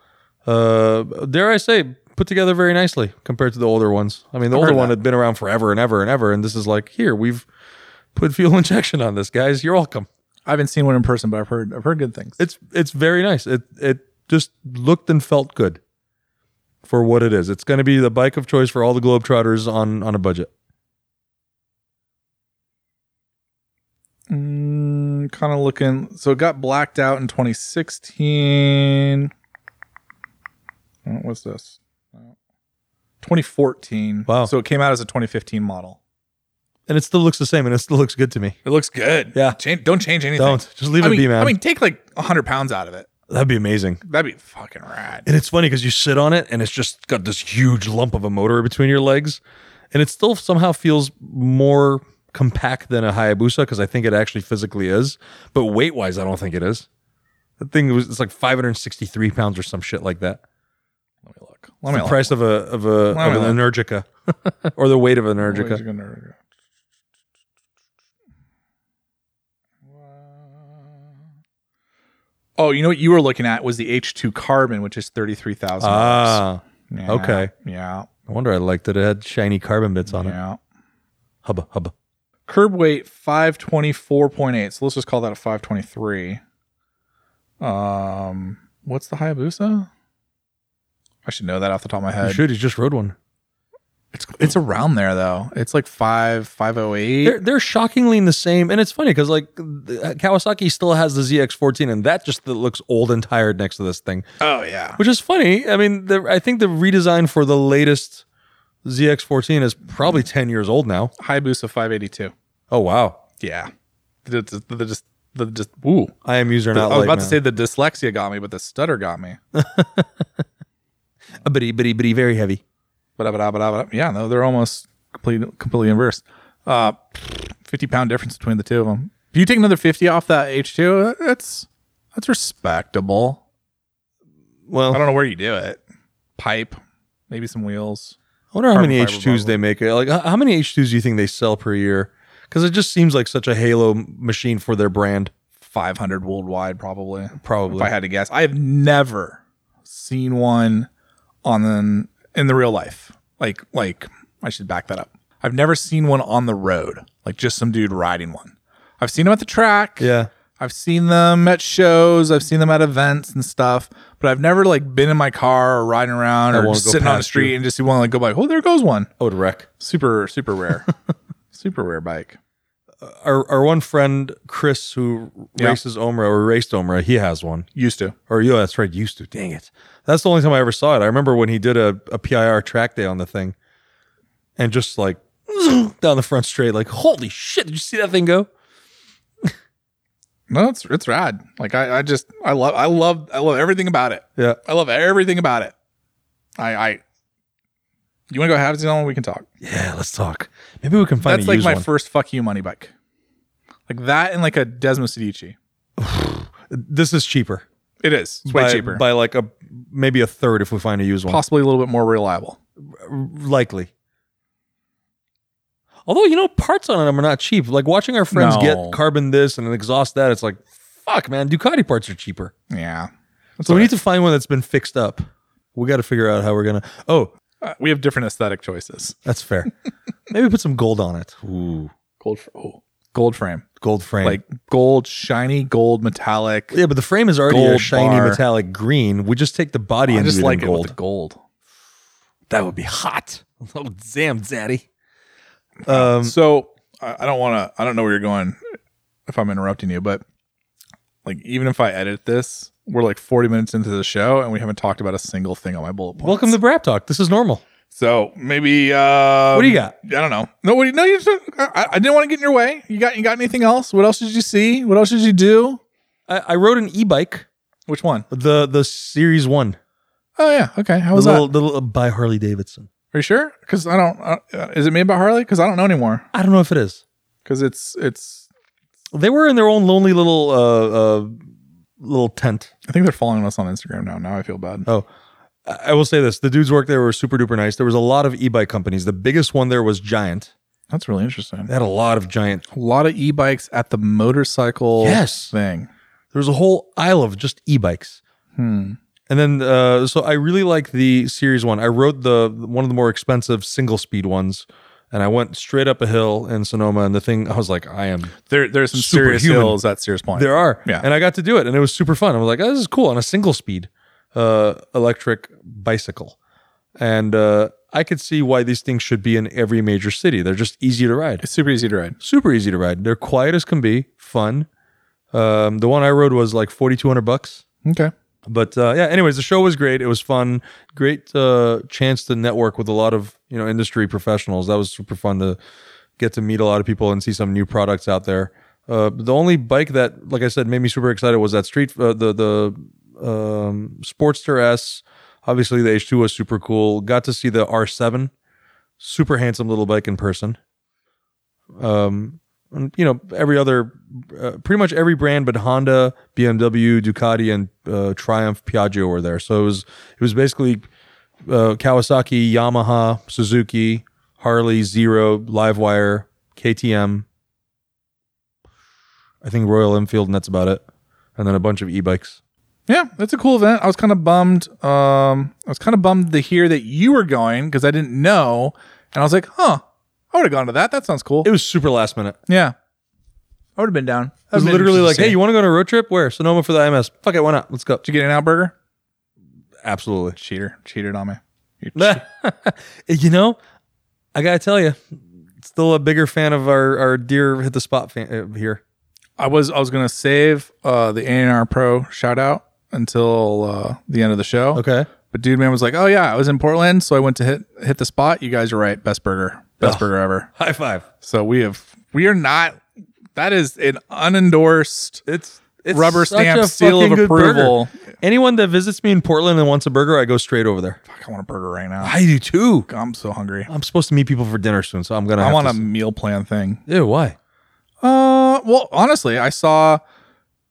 Uh, dare I say, put together very nicely compared to the older ones. I mean, the older heard one that. had been around forever and ever and ever, and this is like here we've put fuel injection on this, guys. You're welcome. I haven't seen one in person, but I've heard I've heard good things. It's it's very nice. It it just looked and felt good for what it is. It's going to be the bike of choice for all the globetrotters on on a budget. Mm, kind of looking. So it got blacked out in 2016. Oh, What's this? Oh. 2014. Wow. So it came out as a 2015 model. and it still looks the same and it still looks good to me. It looks good. Yeah. Change, don't change anything. Don't just leave I it mean, be, man. I mean, take like 100 pounds out of it. That'd be amazing. That'd be fucking rad. And it's funny because you sit on it and it's just got this huge lump of a motor between your legs, and it still somehow feels more compact than a Hayabusa because I think it actually physically is, but weight wise, I don't think it is. That thing was it's like 563 pounds or some shit like that. Let me look. It's Let me the look. price of a of a of Let me an Energica or the weight of an Energica. Energica. Oh, you know what you were looking at was the H2 carbon, which is thirty-three thousand. Ah, yeah, okay. Yeah. I wonder. I liked that it had shiny carbon bits on it. Yeah. Hubba hubba. Curb weight five twenty-four point eight. So let's just call that a five twenty-three. Um, what's the Hayabusa? I should know that off the top of my You head. should. You just rode one. It's it's around there though. It's like five five oh eight. They're they're shockingly in the same, and it's funny because like the- Kawasaki still has the ZX14, and that just looks old and tired next to this thing, Oh yeah. which is funny. I mean, the, I think the redesign for the latest ZX14 is probably 10 years old now. Hayabusa five eighty-two. Oh wow, Yeah. The, the, the, the, just- the, just- ooh. I am user I not. was late, about to man. say the dyslexia got me, but the stutter got me. a bitty bitty bitty very heavy. But but but yeah, no, they're almost completely completely inverse. Uh, fifty pound difference between the two of them. If you take another fifty off that H two, that's that's respectable. Well, I I, don't know where you do it. Pipe, maybe some wheels. wonder how carbon many fiber H2s bubble. they make. Like h- how many H2s do you think they sell per year? Because it just seems like such a halo m- machine for their brand. Five hundred worldwide, probably. If Probably. I had to guess, I have never seen one on the in the real life. Like like I should back that up. I've never seen one on the road. Like just some dude riding one. I've seen them at the track. yeah. I've seen them at shows. I've seen them at events and stuff. But I've never like been in my car or riding around or wanna just go sitting on the past street you. and just see one like go by. Oh, there goes one. I would wreck. Super super rare. super rare bike. our our one friend Chris who Yeah. races Omra or raced Omra, he has one. Used to. Or yeah, that's right, used to. Dang it. That's the only time I ever saw it. I remember when he did a, a PIR track day on the thing and just like down the front straight, like, holy shit, did you see that thing go? No, it's it's rad. Like I, I just I love I love I love everything about it. Yeah. I love everything about it. I I you want to go have it on? We can talk. Yeah, let's talk. Maybe we can find That's a like used my one. first fuck you money bike. Like that and like a Desmo Sedici. this is cheaper. It is. It's way by, cheaper. By like a maybe a third if we find a used one. Possibly a little bit more reliable. likely. Although you know, parts on them are not cheap. Like watching our friends No. get carbon this and an exhaust that, it's like fuck, man. Ducati parts are cheaper, Yeah. so we alright. need to find one that's been fixed up. We got to figure out how we're gonna. Oh, Uh, we have different aesthetic choices. that's fair. Maybe put some gold on it. Ooh, Gold fr- oh. gold frame. gold frame. Like gold, shiny gold metallic. yeah, but the frame is already a gold shiny bar. metallic green. We just take the body I and just do it like in it gold. with the gold. that would be hot. Oh damn, daddy. Um, so I, I don't want to. I don't know where you're going. If I'm interrupting you, but like even if I edit this, we're like 40 minutes into the show and we haven't talked about a single thing on my bullet points. welcome to Brap Talk. This is normal. So maybe. Uh, What do you got? I don't know. No, what do you, no, you just, I, I didn't want to get in your way. You got you got anything else? What else did you see? What else did you do? I, I rode an e-bike. Which one? The the series one, Oh yeah. Okay. How the was little, the little by Harley Davidson. that? Are you sure? Because I don't. Uh, uh, is it made by Harley? Because I don't know anymore. I don't know if it is. Because it's it's. They were in their own lonely little uh, uh little tent. I think they're following us on Instagram now. Now I feel bad. Oh, I I will say this: the dudes work there were super duper nice. There was a lot of e-bike companies. The biggest one there was Giant. That's really interesting. They had a lot of Giant. A lot of e-bikes at the motorcycle Yes, thing. there was a whole aisle of just e-bikes. Hmm. And then, uh, so I really like the series one. I rode the one of the more expensive single speed ones, and I went straight up a hill in Sonoma. And the thing, I was like, I am. There there's some serious Superhuman. hills at Sears Point. There are, Yeah. And I got to do it, and it was super fun. I was like, oh, this is cool on a single speed uh, electric bicycle, and uh, I could see why these things should be in every major city. They're just easy to ride, It's super easy to ride. super easy to ride. They're quiet as can be, fun. Um, the one I rode was like forty two hundred bucks. Okay. but uh, yeah anyways the show was great it was fun great uh, chance to network with a lot of you know industry professionals that was super fun to get to meet a lot of people and see some new products out there uh, the only bike that like i said made me super excited was that street uh, the the um, sportster s obviously the h2 was super cool got to see the r7 super handsome little bike in person um, and, you know every other uh, pretty much every brand but Honda, BMW, Ducati, and uh, Triumph, Piaggio were there. So it was it was basically uh, Kawasaki, Yamaha, Suzuki, Harley, Zero, Livewire, KTM. I think Royal Enfield, and that's about it. And then a bunch of e-bikes. Yeah, that's a cool event. I was kind of bummed. Um, I was kind of bummed to hear that you were going because I didn't know, and I was like, huh, I would have gone to that. That sounds cool. It was super last minute. yeah, I would have been down. It was literally like, "Hey, you want to go on a road trip? Where Sonoma for the IMS? Fuck it, why not? Let's go." did you get an out burger? Absolutely. Cheater, cheated on me. You you know, I gotta tell you, still a bigger fan of our our deer hit the spot fan, uh, here. I was I was gonna save uh, the ANR Pro shout out until uh, the end of the show. Okay, But dude man was like, Oh yeah, I was in Portland, so I went to hit hit the spot. You guys are right. Best burger. Best Ugh. burger ever. high five. So we have we are not that is an unendorsed It's it's rubber such stamp a seal fucking of good burger. approval. Anyone that visits me in Portland and wants a burger, I go straight over there. Fuck, I want a burger right now. I do too. I'm so hungry. I'm supposed to meet people for dinner soon, so I'm gonna. I have want to a meal plan thing. s- Ew, why? Uh well honestly, I saw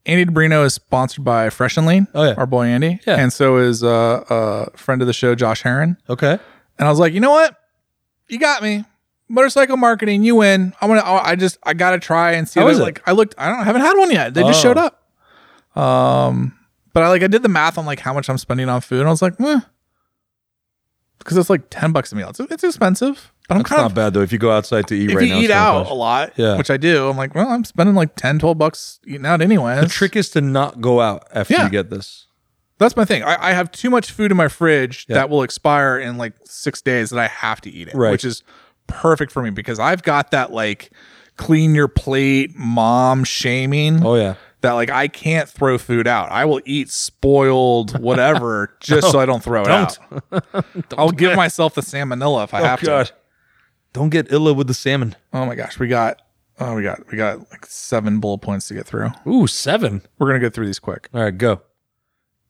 Andy DeBrino is sponsored by Fresh and Lean, Oh, yeah. our boy Andy. Yeah. And so is uh, uh, friend of the show, Josh Heron. Okay, And I was like, you know what? You got me. Motorcycle marketing, you win. I want to. I just, I gotta try and see. How How is it? Like, I looked. I don't. I haven't had one yet. They just Oh. showed up. Um, but I like, I did the math on like how much I'm spending on food, and I was like, eh. because it's like ten bucks a meal. It's, it's expensive, but I'm that's kind not of bad though. If you go outside to eat if right you now, eat it's not out bad. a lot, Yeah. which I do. I'm like, well, I'm spending like 10, 12 bucks eating out anyway. the trick is to not go out after Yeah. you get this. That's my thing. I, I have too much food in my fridge Yeah. that will expire in like six days that I have to eat it, Right. which is perfect for me because I've got that like clean your plate mom shaming Oh yeah, that like I can't throw food out. I will eat spoiled whatever just so I don't throw it out. I'll give myself the salmonella Oh, if I have to. Don't get illa with the salmon. Oh my gosh, we got oh we got we got like seven bullet points to get through. Ooh, seven. We're gonna go through these quick. All right, go.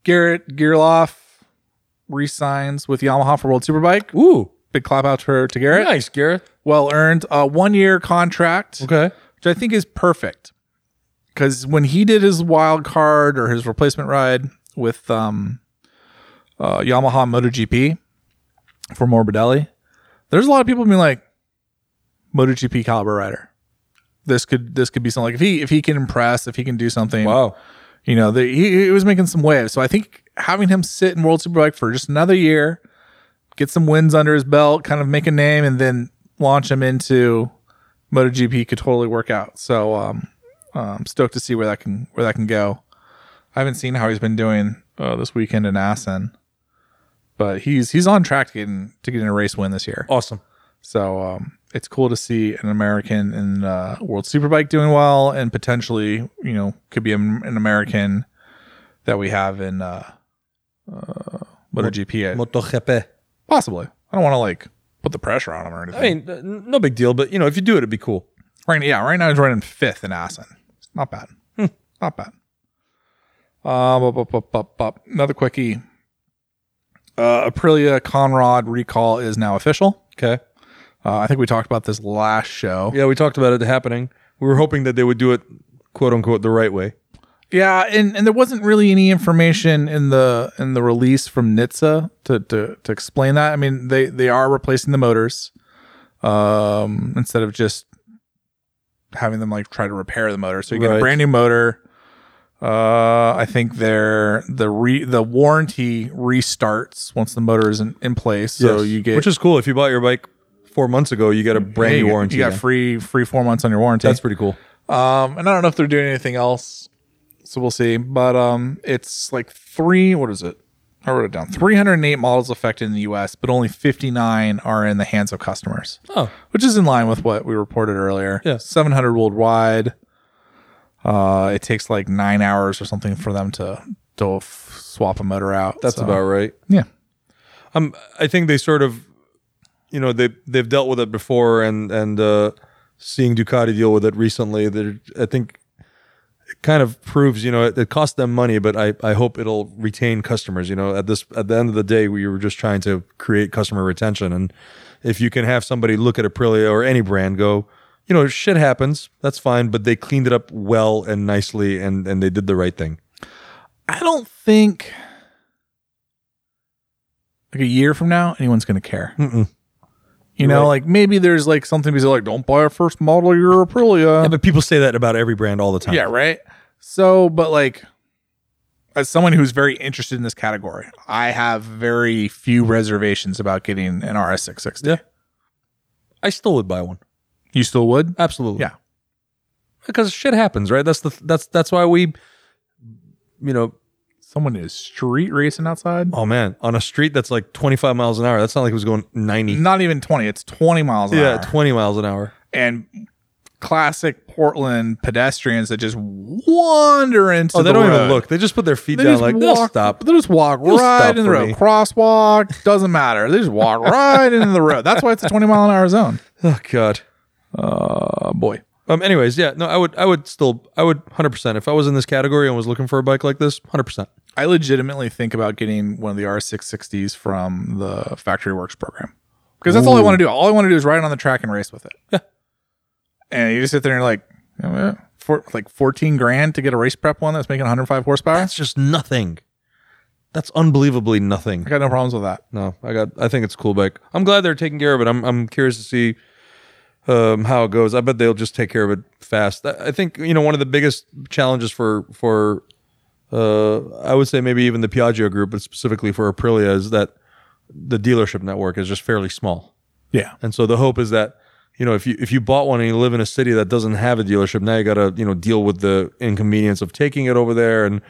Garrett Gearloff resigns with Yamaha for World Superbike. Ooh, big clap out to, to Garrett. nice, Gareth. Well earned. Uh, one year contract, Okay. which I think is perfect. Because when he did his wild card or his replacement ride with um, uh, Yamaha MotoGP for Morbidelli, there's a lot of people being like, MotoGP caliber rider. This could this could be something like if he if he can impress if he can do something Wow. you know the, he, he was making some waves so I think having him sit in World Superbike for just another year get some wins under his belt, kind of make a name, and then launch him into MotoGP could totally work out. So um, I'm stoked to see where that can where that can go. I haven't seen how he's been doing uh, this weekend in Assen, but he's he's on track to getting to getting a race win this year. Awesome. So um, it's cool to see an American in uh, World Superbike doing well, and potentially, you know, could be an an American that we have in uh, uh, MotoGP. MotoGP. Possibly. I don't want to like put the pressure on him or anything. I mean, uh, no big deal, but you know, if you do it, it'd be cool. Hmm. right, yeah, right now he's running fifth in Assen. Not bad. Not bad. Uh, bup, bup, bup, bup, bup. Another quickie. Uh, Aprilia Conrad recall is now official. Okay. Uh, I think we talked about this last show. Yeah, we talked about it happening. We were hoping that they would do it, quote unquote, the right way. Yeah, and, and there wasn't really any information in the in the release from NHTSA to, to, to explain that. I mean, they they are replacing the motors um, instead of just having them like try to repair the motor. So you get Right. a brand new motor. Uh, I think their the re the warranty restarts once the motor is in, in place. So you get which is cool. If you bought your bike four months ago, you got a brand yeah, you new got- warranty. You got now. free free four months on your warranty. That's pretty cool. Um, and I don't know if they're doing anything else, so we'll see. But um, it's like three. What is it? I wrote it down. Three hundred and eight models affected in the U.S., but only fifty nine are in the hands of customers, Oh, which is in line with what we reported earlier. Yeah. seven hundred worldwide. Uh, it takes like nine hours or something for them to to f- swap a motor out. that's So, about right. yeah. Um, I think they sort of, you know, they they've dealt with it before, and and uh, seeing Ducati deal with it recently, they're- I think it kind of proves, you know, it, it cost them money, but I I hope it'll retain customers. You know, at this at the end of the day, we were just trying to create customer retention, and if you can have somebody look at Aprilia or any brand, go. You know, shit happens. That's fine, but they cleaned it up well and nicely, and and they did the right thing. I don't think like a year from now anyone's going to care. Mm-mm. You know, Right. like maybe there's like something because like, don't buy a first model of your Aprilia. Yeah, but people say that about every brand all the time. yeah, right. So, but like, as someone who's very interested in this category, I have very few reservations about getting an RS660. Yeah. I still would buy one. You still would? Absolutely. Yeah. Because shit happens, right? That's the that's that's why we you know, Someone is street racing outside. oh man, on a street that's like 25 miles an hour. That's not like it was going 90. Not even 20, it's 20 miles an Yeah, hour. 20 miles an hour. and classic Portland pedestrians that just wander into Oh, they the don't even road. look. They just put their feet They down just like, walk, they'll stop. They just walk They'll right stop in the for road. me. Crosswalk doesn't matter. They just walk right into the road. That's why it's a twenty mile an hour zone. Oh god. Uh, boy. Um anyways, yeah, no, I would I would still I would 100% if I was in this category and was looking for a bike like this, 100%. I legitimately think about getting one of the R660s from the Factory Works program because that's all I Ooh. want to do. All I want to do is ride on the track and race with it. Yeah. And you just sit there and you're like, "You know what? for like 14 grand to get a race prep one that's making 105 horsepower. That's just nothing. That's unbelievably nothing. I got no problems with that. No, I got. I think it's a cool bike. I'm glad they're taking care of it. I'm I'm curious to see um, how it goes. I bet they'll just take care of it fast. I I think you know one of the biggest challenges for for uh, I would say maybe even the Piaggio group, but specifically for Aprilia, is that the dealership network is just fairly small. Yeah. And so the hope is that you know if you if you bought one and you live in a city that doesn't have a dealership, now you got to you know deal with the inconvenience of taking it over there, and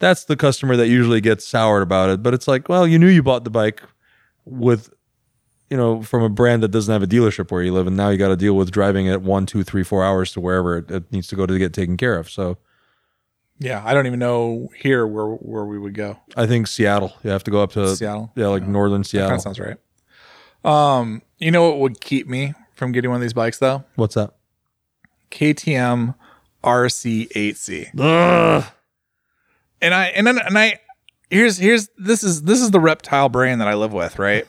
that's the customer that usually gets soured about it. But it's like, well, you knew you bought the bike with you know from a brand that doesn't have a dealership where you live, and now you got to deal with driving it one, two, three, four hours to wherever it, it needs to go to get taken care of. So Yeah. I don't even know here where, where we would go. I think Seattle, you have to go up to Seattle. yeah, like northern That Seattle. sounds right. Um, you know what would keep me from getting one of these bikes though? What's that? KTM RC8C. And I and then and I here's here's this is this is the reptile brain that I live with, right?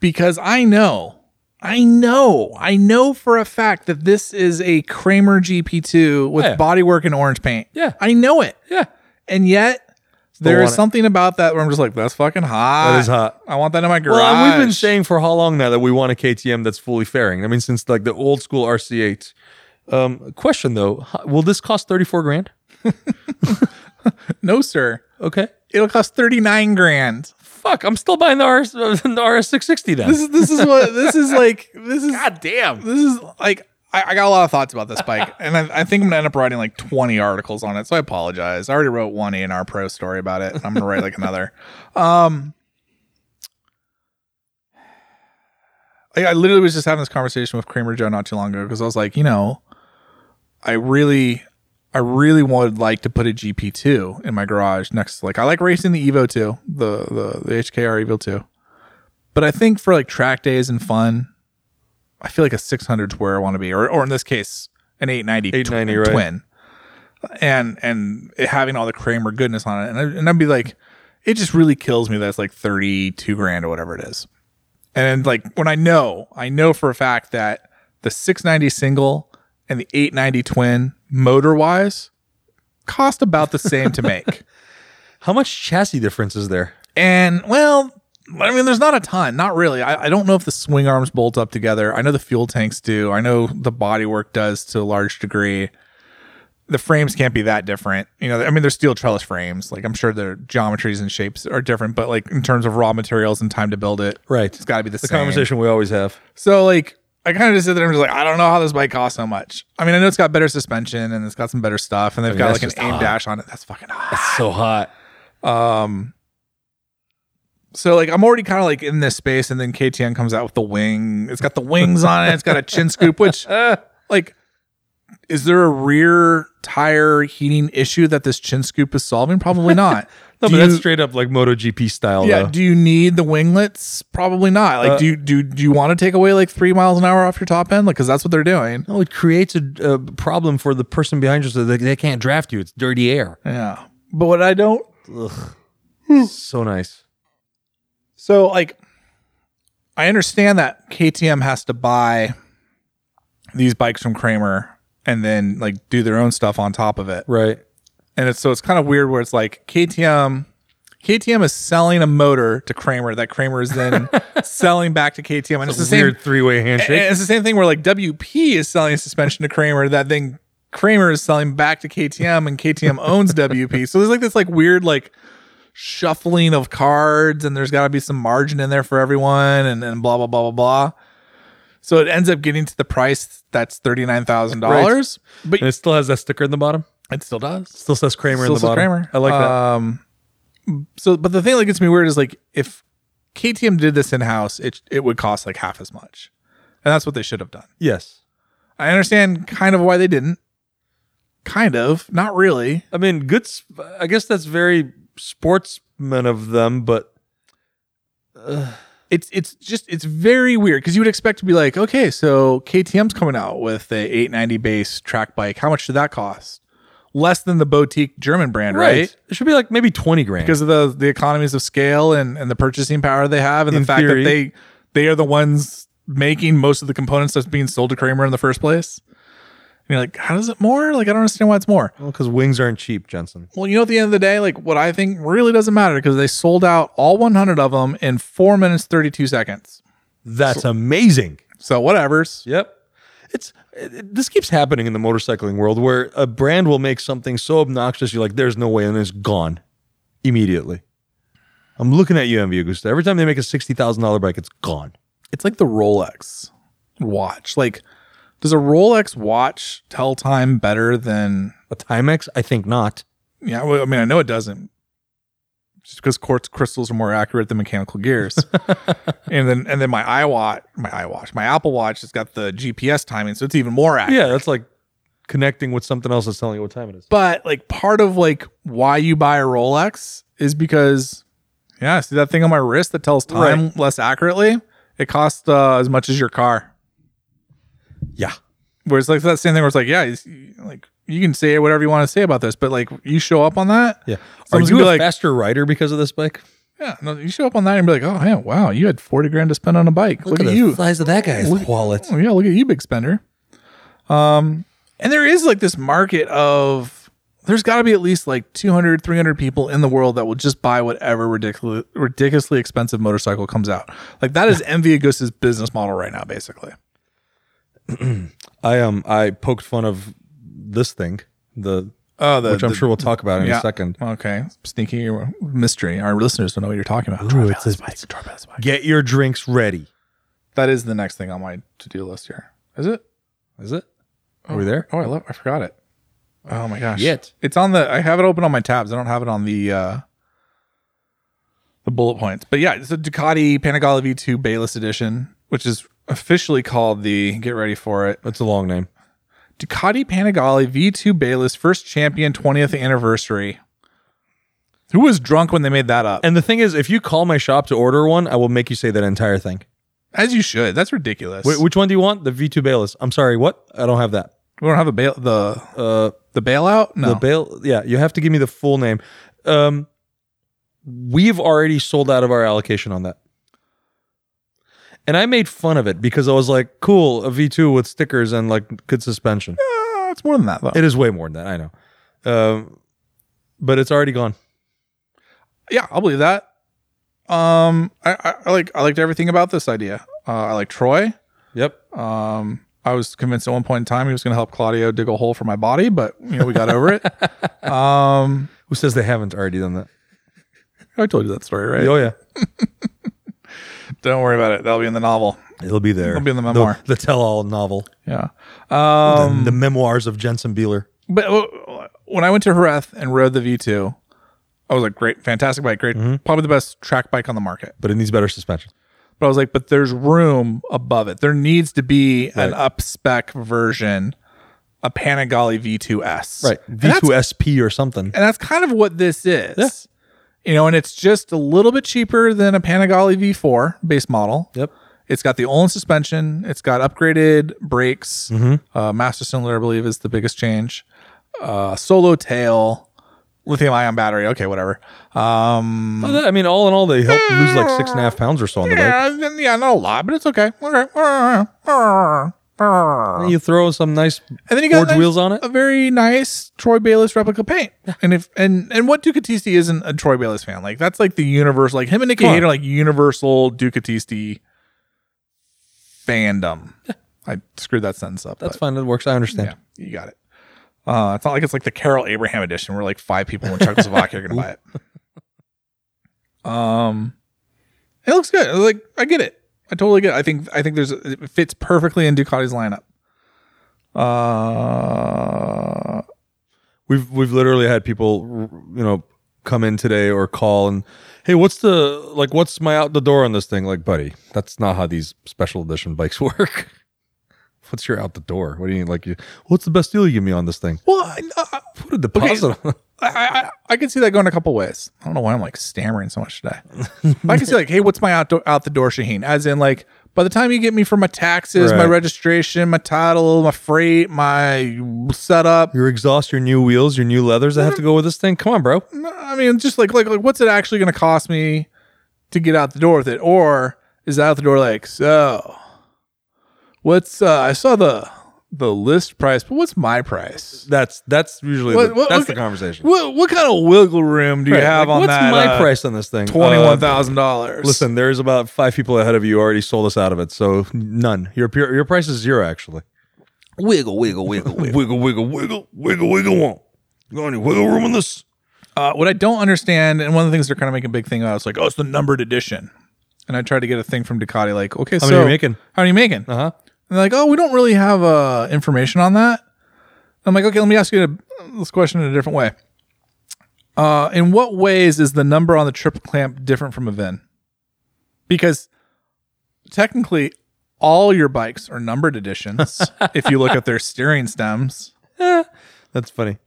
because I know, I know, I know for a fact that this is a Kramer GP2 with Yeah. bodywork and orange paint. Yeah. I know it, Yeah, and yet. There want is it. something about that where I'm just like, that's fucking hot. that is hot. I want that in my garage. Well, and we've been saying for how long now that we want a KTM that's fully fairing. I mean, since like the old school RC8. Um, question though, h- will this cost thirty four grand? no, sir. Okay, It'll cost thirty nine grand. fuck, I'm still buying the RS the RS660 then. This is this is what this is like. This is God damn. this is like. I, I got a lot of thoughts about this bike, and I, I think I'm gonna end up writing like 20 articles on it. So I apologize. I already wrote one A and R Pro story about it. and I'm gonna write like another. Um, I, I literally was just having this conversation with Kramer Joe not too long ago because I was like, you know, I really, I really would like to put a GP2 in my garage next. Like, I like racing the Evo 2, the the the HKR Evo 2, but I think for like track days and fun, I feel like a 600 is where I want to be, or or in this case, an 890, tw- 890, right. twin. and and it having all the Kramer goodness on it, and I, and I'd be like, it just really kills me that it's like thirty two grand or whatever it is, and like when I know, I know for a fact that the six ninety single and the eight ninety twin motor wise cost about the same to make, How much chassis difference is there? and well. I mean, there's not a ton, not really. I, I don't know if the swing arms bolt up together. I know the fuel tanks do. I know the bodywork does to a large degree the frames can't be that different. You know, I mean, they're steel trellis frames. Like, I'm sure their geometries and shapes are different, but like in terms of raw materials and time to build it, Right. it's got to be the, The same. conversation we always have. So, like, I kind of just sit there and I'm just like, I don't know how this bike costs so much. I mean, I know it's got better suspension and it's got some better stuff, and they've mean, got that's like an just aim hot. dash on it. That's fucking hot. So hot. Um, so like I'm already kind of like in this space, and then KTN comes out with the wing. It's got the wings on it. It's got a chin scoop, which like is there a rear tire heating issue that this chin scoop is solving? Probably not. No, Do but that's you- straight up like MotoGP style. yeah. though. Do you need the winglets? Probably not. Like, Uh, do you, do do you want to take away like three miles an hour off your top end? Like, because that's what they're doing. No, it creates a, a problem for the person behind you so they, they can't draft you. It's dirty air. Yeah. But what I don't So nice. So like I understand that KTM has to buy these bikes from Kramer and then like do their own stuff on top of it. Right. And it's so it's kind of weird where it's like KTM KTM is selling a motor to Kramer that Kramer is then selling back to KTM. And it's, the same Weird three way handshake. and it's the same thing where like WP is selling suspension to Kramer that then Kramer is selling back to KTM and KTM owns WP. So there's like this like weird like shuffling of cards and there's got to be some margin in there for everyone and, and blah blah blah blah blah. So it ends up getting to the price that's thirty nine thousand dollars, but and it still has that sticker in the bottom. it still does. Still says Kramer Uh, in Still the says bottom. Kramer. I like that. Um, so, but the thing that gets me weird is like if KTM did this in house, it it would cost like half as much, and that's what they should have done. Yes. I understand kind of why they didn't. Kind of, not really. I mean, good. Sp- I guess that's very sportsman of them, but It's it's just it's very weird because you would expect to be like, okay, so KTM's coming out with a 890 base track bike. How much did that cost? Less than the boutique German brand, right? It should be like maybe twenty grand. Because of the the economies of scale and and the purchasing power they have, and In the fact theory. that they they are the ones making most of the components that's being sold to Kramer in the first place. And you're like, how is it more? Like, I don't understand why it's more. because wings aren't cheap, Jensen. Well, you know, at the end of the day, like what I think really doesn't matter because they sold out all 100 of them in four minutes 32 seconds. That's amazing. So whatever's. Yep. It's it, it- this keeps happening in the motorcycling world where a brand will make something so obnoxious you're like, there's no way, and it's gone immediately. I'm looking at you, MV Augusta. Every time they make a sixty thousand dollar bike, it's gone. It's like the Rolex watch. Like, does a Rolex watch tell time better than? A Timex? I think not. Yeah, well, I mean, I know it doesn't. Just because quartz crystals are more accurate than mechanical gears, and then and then my iWatch, my iWatch, my Apple Watch has got the GPS timing, so it's even more accurate. Yeah, that's like connecting with something else that's telling you what time it is. but like part of like why you buy a Rolex is because yeah, see that thing on my wrist that tells time less accurately. It costs uh, as much as your car. Yeah. Where it's like that same thing where it's like yeah, it's, like you can say whatever you want to say about this, but like you show up on that, Yeah. Are Someone's you gonna be a like- faster rider because of this bike? yeah, no, you show up on that and be like, oh yeah, wow, you had forty grand to spend on a bike. Look, at, you, size of that guy's Look- wallet. Oh, yeah, look at you, big spender. Um, and there is like this market of there's got to be at least like 200, 300 people in the world that will just buy whatever ridiculous, ridiculously expensive motorcycle comes out. Like that is MV Agusta's business model right now, basically. I um I poked fun of this thing, the Oh, the, which I'm sure we'll talk about in yeah. a second. Okay, sneaky mystery. Our listeners don't know what you're talking about. Troy Ballard's bike, Troy Ballard's bike. Get your drinks ready. That is the next thing on my to-do list here. Is it? Is it? Are we there? Oh, I love. I forgot it. Oh my gosh. Yet. It's on the. I have it open on my tabs. I don't have it on the uh the bullet points. But yeah, it's a Ducati Panigale V2 Bayless Edition, which is officially called the. Get ready for it. That's a long name. Ducati Panigale V2 Bayless First Champion 20th Anniversary. Who was drunk when they made that up? And the thing is, if you call my shop to order one, I will make you say that entire thing. As you should. That's ridiculous. Wh- which one do you want? The V2 Bayless. I'm sorry, what? I don't have that. we don't have a bail. The Uh, The bailout? No. The bail. Yeah, you have to give me the full name. Um, we've already sold out of our allocation on that. And I made fun of it because I was like, cool, a V2 with stickers and like good suspension. Uh, it's more than that, though. It is way more than that, I know. Um, but it's already gone. yeah, I'll believe that. Um, I, I, I like I liked everything about this idea. Uh, I like Troy. Yep. Um, I was convinced at one point in time he was going to help Claudio dig a hole for my body, but you know we got over it. Um, Who says they haven't already done that? I told you that story, right? Oh, yeah. Don't worry about it. That'll be in the novel. It'll be there. It'll be in the memoir. The, the tell all novel. Yeah. Um, the memoirs of Jensen Beeler. but uh, when I went to Jerez and rode the V2, I was like, great, fantastic bike, great, probably the best track bike on the market. But it needs better suspension. But I was like, but there's room above it. There needs to be an Right. up spec version, a Panigale V2S. And that's V2SP or something. and that's kind of what this is. You know, and it's just a little bit cheaper than a Panigale V4 base model. Yep. It's got the Olin suspension. It's got upgraded brakes. Uh, master cylinder, I believe, is the biggest change. Uh, solo tail, lithium ion battery. Okay, whatever. Um, Well, that- I mean, all in all, they helped lose like six and a half pounds or so on the bike. yeah, then- yeah, not a lot, but it's okay. Okay. You throw some nice And then you got forged a nice- wheels on it. A very nice Troy Bayliss replica paint. And if and and what Ducatisti isn't a Troy Bayliss fan? Like that's like the universal. Like him and Nikki Come on. Hayter, like universal Ducatisti fandom. I screwed that sentence up. That's but fine. It works. I understand. yeah, you got it. Uh, it's not like it's like the Carol Abraham edition where like five people in Czechoslovakia are gonna buy it. Um, it looks good. Like I get it. I totally get. It. I think I think there's it fits perfectly in Ducati's lineup. Uh, We've we've literally had people, you know, come in today or call and, hey, what's the like? What's my out the door on this thing? Like, buddy, that's not how these special edition bikes work. what's your out the door? What do you mean? Like, you, what's the best deal you give me on this thing? well, I, Put a deposit on. it. I, I I can see that going a couple ways. I don't know why I'm like stammering so much today. But I can see like, hey, what's my outdoor, out the door Shaheen? As in like, by the time you get me for my taxes, my Right. registration, my title, my freight, my setup, Your exhaust, your new wheels, your new leathers that have to go with this thing. Come on, bro. I mean, just like like, like what's it actually going to cost me to get out the door with it, or is out the door like so? What's uh, I saw the the list price, but what's my price? That's that's usually What- the, what- that's what- the conversation. What what kind of wiggle room do you Right, have like, on what's that? uh, my price on this thing? Twenty Uh, one thousand dollars. Listen, there's about five people ahead of you already sold us out of it, so none. Your your, your price is zero actually. wiggle, wiggle, wiggle, Wiggle, wiggle, wiggle, wiggle, wiggle, won't. Got any wiggle room on this? Uh, what I don't understand, and one of the things they're kind of making a big thing about, is like, oh, it's the numbered edition. And I tried to get a thing from Ducati, like, okay, How so many are you making? How are you making? Uh huh. And they're like, oh, we don't really have uh, information on that. I'm like, okay, let me ask you a, this question in a different way. Uh, in what ways is the number on the trip clamp different from a VIN? Because technically, all your bikes are numbered editions if you look at their steering stems. That's funny.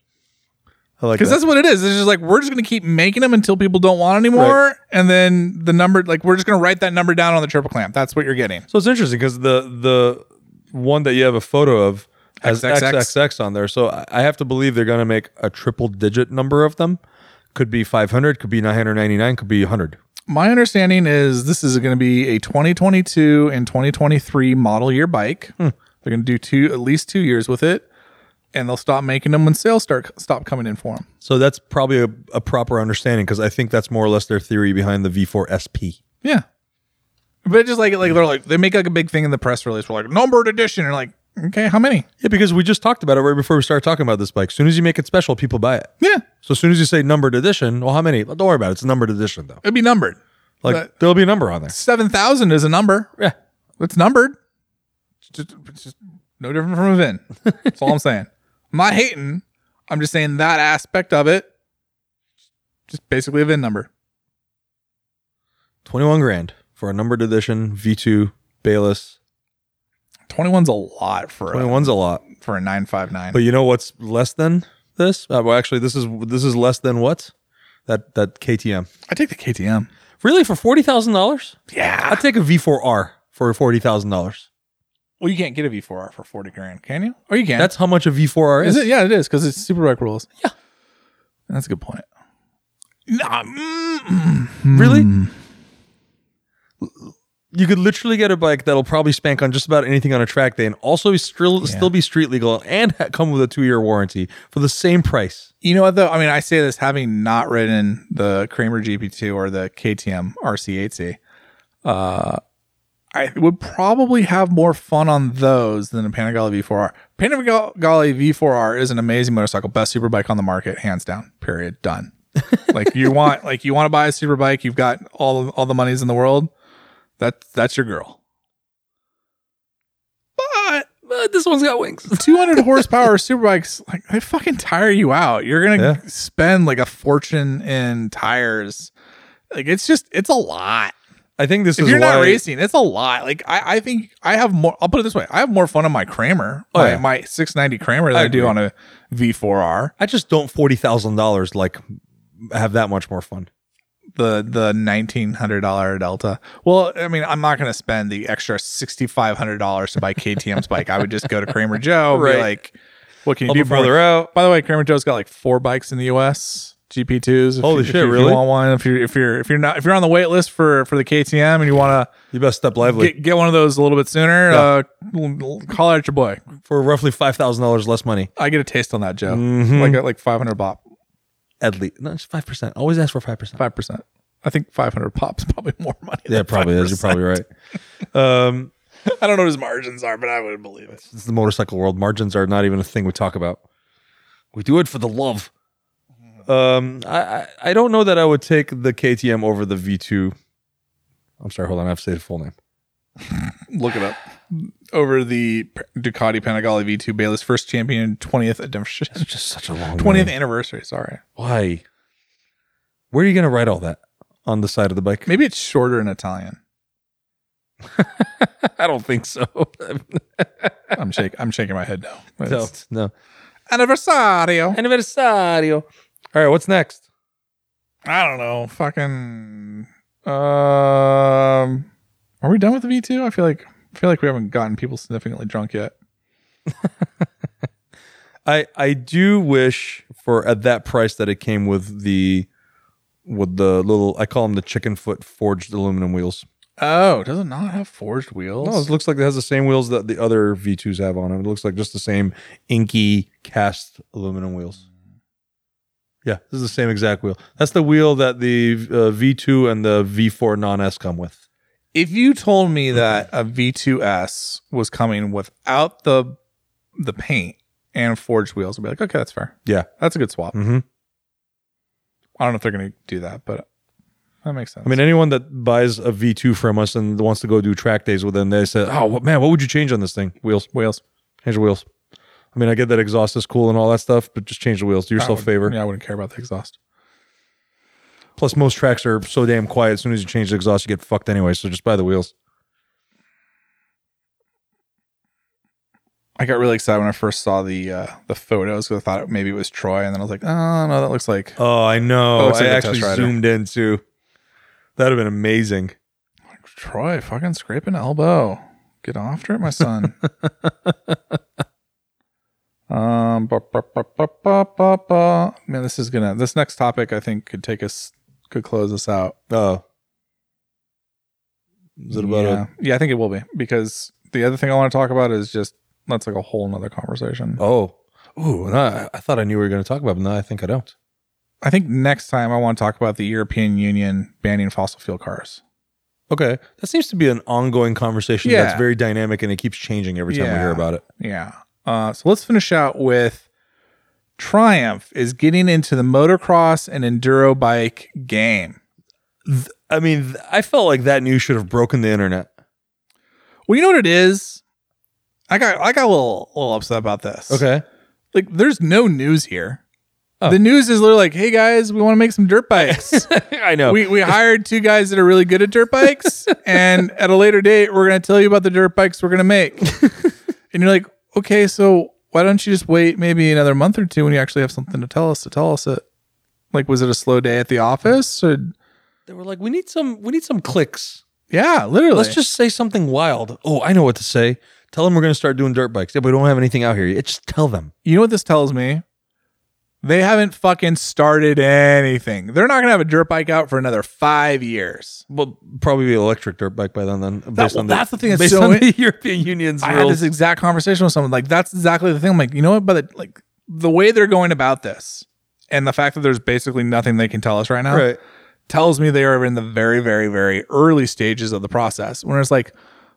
I like Because that. that's what it is. It's just like we're just gonna keep making them until people don't want anymore, and then the number, like we're just gonna write that number down on the triple clamp. That's what you're getting. So it's interesting because the the one that you have a photo of has XXX. XXX, on there. So I- I have to believe they're going to make a triple digit number of them. Could be 500, could be 999, could be 100. My understanding is this is gonna be a 2022 and 2023 model year bike. They're gonna do two at least two years with it, and they'll stop making them when sales start stop coming in for them. So that's probably a, a proper understanding because I think that's more or less their theory behind the V4 SP. Yeah, but just like like they're like they make like a big thing in the press release. We're like numbered edition, and like okay, how many? Yeah, because we just talked about it right before we started talking about this bike. As soon as you make it special, people buy it. Yeah, So as soon as you say numbered edition, well, how many? Well, don't worry about it. It's a numbered edition though. it'd be numbered. Like But- there'll be a number on there. Seven thousand is a number. Yeah. It's numbered. It's just, it's just no different from a VIN. That's all I'm saying. I'm not hating. I'm just saying that aspect of it. Just basically a VIN number. 21 grand for a numbered edition V2 Bayless. 21's a lot for a, 21's a lot. for a 959. But you know what's less than this? Uh, well, actually, this is this is less than what? That that KTM. I take the KTM. Really for $40,000? Yeah. I'd take a V4R for $40,000. Well, you can't get a V4R for 40 grand, can you? Or you can. That's how much a V4R is. Is it? Yeah, it is because it's superbike rules. Yeah, that's a good point. Nah, mm, mm, Really? You could literally get a bike that'll probably spank on just about anything on a track day, and also still still be street legal and ha- come with a two year warranty for the same price. You know what though? I mean, I say this having not ridden the Kramer GP2 or the KTM RC8C. Uh, I would probably have more fun on those than a Panigale V4R. Panigale V4R is an amazing motorcycle, best superbike on the market, hands down. Period. Done. like you want, like you want to buy a superbike, you've got all all the monies in the world. That that's your girl. But But Uh, this one's got wings. 200 horsepower superbikes like they fucking tire you out you're gonna Yeah. spend like a fortune in tires like it's just it's a lot I think this if is you're why not racing it's a lot like i i think i have more i'll put it this way i have more fun on my kramer Oh, my, yeah. my 690 kramer than I i, do agree. on a v4r I just don't forty thousand dollars like have that much more fun. the the $1900 delta well i mean i'm not gonna spend the extra $6500 to buy ktm's bike i would just go to kramer joe and Right. be like what can you Help do a for me? brother out. By the way, Kramer Joe's got like four bikes in the U.S. GP2s. If Holy you, shit, if you, If really? you want one, if you're if you're if you're not if you're on the wait list for for the KTM and you want You best step to lively get, get one of those a little bit sooner, uh, l- l- call out your boy. for roughly five thousand dollars less money. I get a taste on that Joe. Mhm. Like like five hundred bop, At least no, it's five percent. Always ask for five percent. five percent. I think five hundred pops probably more money. Yeah, than probably is. You're 5%. probably right. Um, I don't know what his margins are, but I would believe it. it's the motorcycle world. Margins are not even a thing we talk about. We do it for the love. Um, I I, I don't know that I would take the KTM over the V2. I'm sorry, hold on. I have to say the full name. Look it up. Over the P- Ducati Panigale V2 Bayless first champion, twentieth edition, Just such a long twentieth name. anniversary. Sorry. Why? Where are you gonna write all that on the side of the bike? Maybe it's shorter in Italian. I don't think so. I'm shaking. I'm shaking my head no. no, It's no. Anniversario. Anniversario. All right, what's next? I don't know. Fucking. Um. Are we done with the V2? I feel like I feel like we haven't gotten people significantly drunk yet. I I do wish for at that price that it came with the with the little I call them the chicken foot forged aluminum wheels. Oh, does it not have forged wheels? No, it looks like it has the same wheels that the other V2s have on them. It looks like just the same inky cast aluminum wheels. Yeah, this is the same exact wheel. That's the wheel that the uh, V2 and the V4 non S come with. if you told me that a V2S was coming without the the paint and forged wheels, I'd be like, okay, that's fair. Yeah. that's a good swap. Mm-hmm. I don't know if they're gonna do that, but that makes sense. I mean, anyone that buys a V2 from us and wants to go do track days with them, they say, "Oh, what, man, what would you change on this thing? Wheels, wheels. change the wheels." I mean, I get that exhaust is cool and all that stuff, but just change the wheels. Do I yourself a would- favor. Yeah, I wouldn't care about the exhaust. Plus, most tracks are so damn quiet. As soon as you change the exhaust, you get fucked anyway. So just buy the wheels. I got really excited when I first saw the uh, the photos because I thought it, maybe it was Troy, and then I was like, oh no, that looks like Oh, I know. Oh, it's I like a actually Test Rider. zoomed in too. That'd have been amazing. Troy fucking scraping elbow. Get after it, my son. um, ba, ba, ba, ba, ba, ba, ba. man, this is gonna this next topic I think could take us could close us out. Oh. Is it about yeah. a yeah, I think it will be because the other thing I want to talk about is just that's like a whole nother conversation. Oh. Ooh, and I, I thought I knew we were going to talk about, but now I think I don't. I think next time I want to talk about the European Union banning fossil fuel cars. Okay. That seems to be an ongoing conversation Yeah. that's very dynamic and it keeps changing every time we Yeah. hear about it. Yeah. Uh, so let's finish out with Triumph is getting into the motocross and enduro bike game. I mean, th- I felt like that news should have broken the internet. Well, you know what it is. I got I got a little little upset about this. like there's no news here. Oh. The news is literally like, hey guys, we want to make some dirt bikes. I know. we we hired two guys that are really good at dirt bikes, and at a later date, we're gonna tell you about the dirt bikes we're gonna make. and you're like, okay, so why don't you just wait maybe another month or two when you actually have something to tell us to tell us it? Like, was it a slow day at the office? Or they were like, we need some we need some clicks. yeah, literally. Let's just say something wild. Oh, I know what to say. Tell them we're going to start doing dirt bikes. Yeah, but we don't have anything out here. yet. Just tell them. You know what this tells me? They haven't fucking started anything. They're not gonna have a dirt bike out for another five years. Well, probably be electric dirt bike by then. Then based well, on the, that's the thing that's based so on in- the European Union's I had this rules. exact conversation with someone. Like that's exactly the thing. I'm like, you know what? But like the way they're going about this, and the fact that there's basically nothing they can tell us right now, right. tells me they are in the very, very, very early stages of the process. When it's like,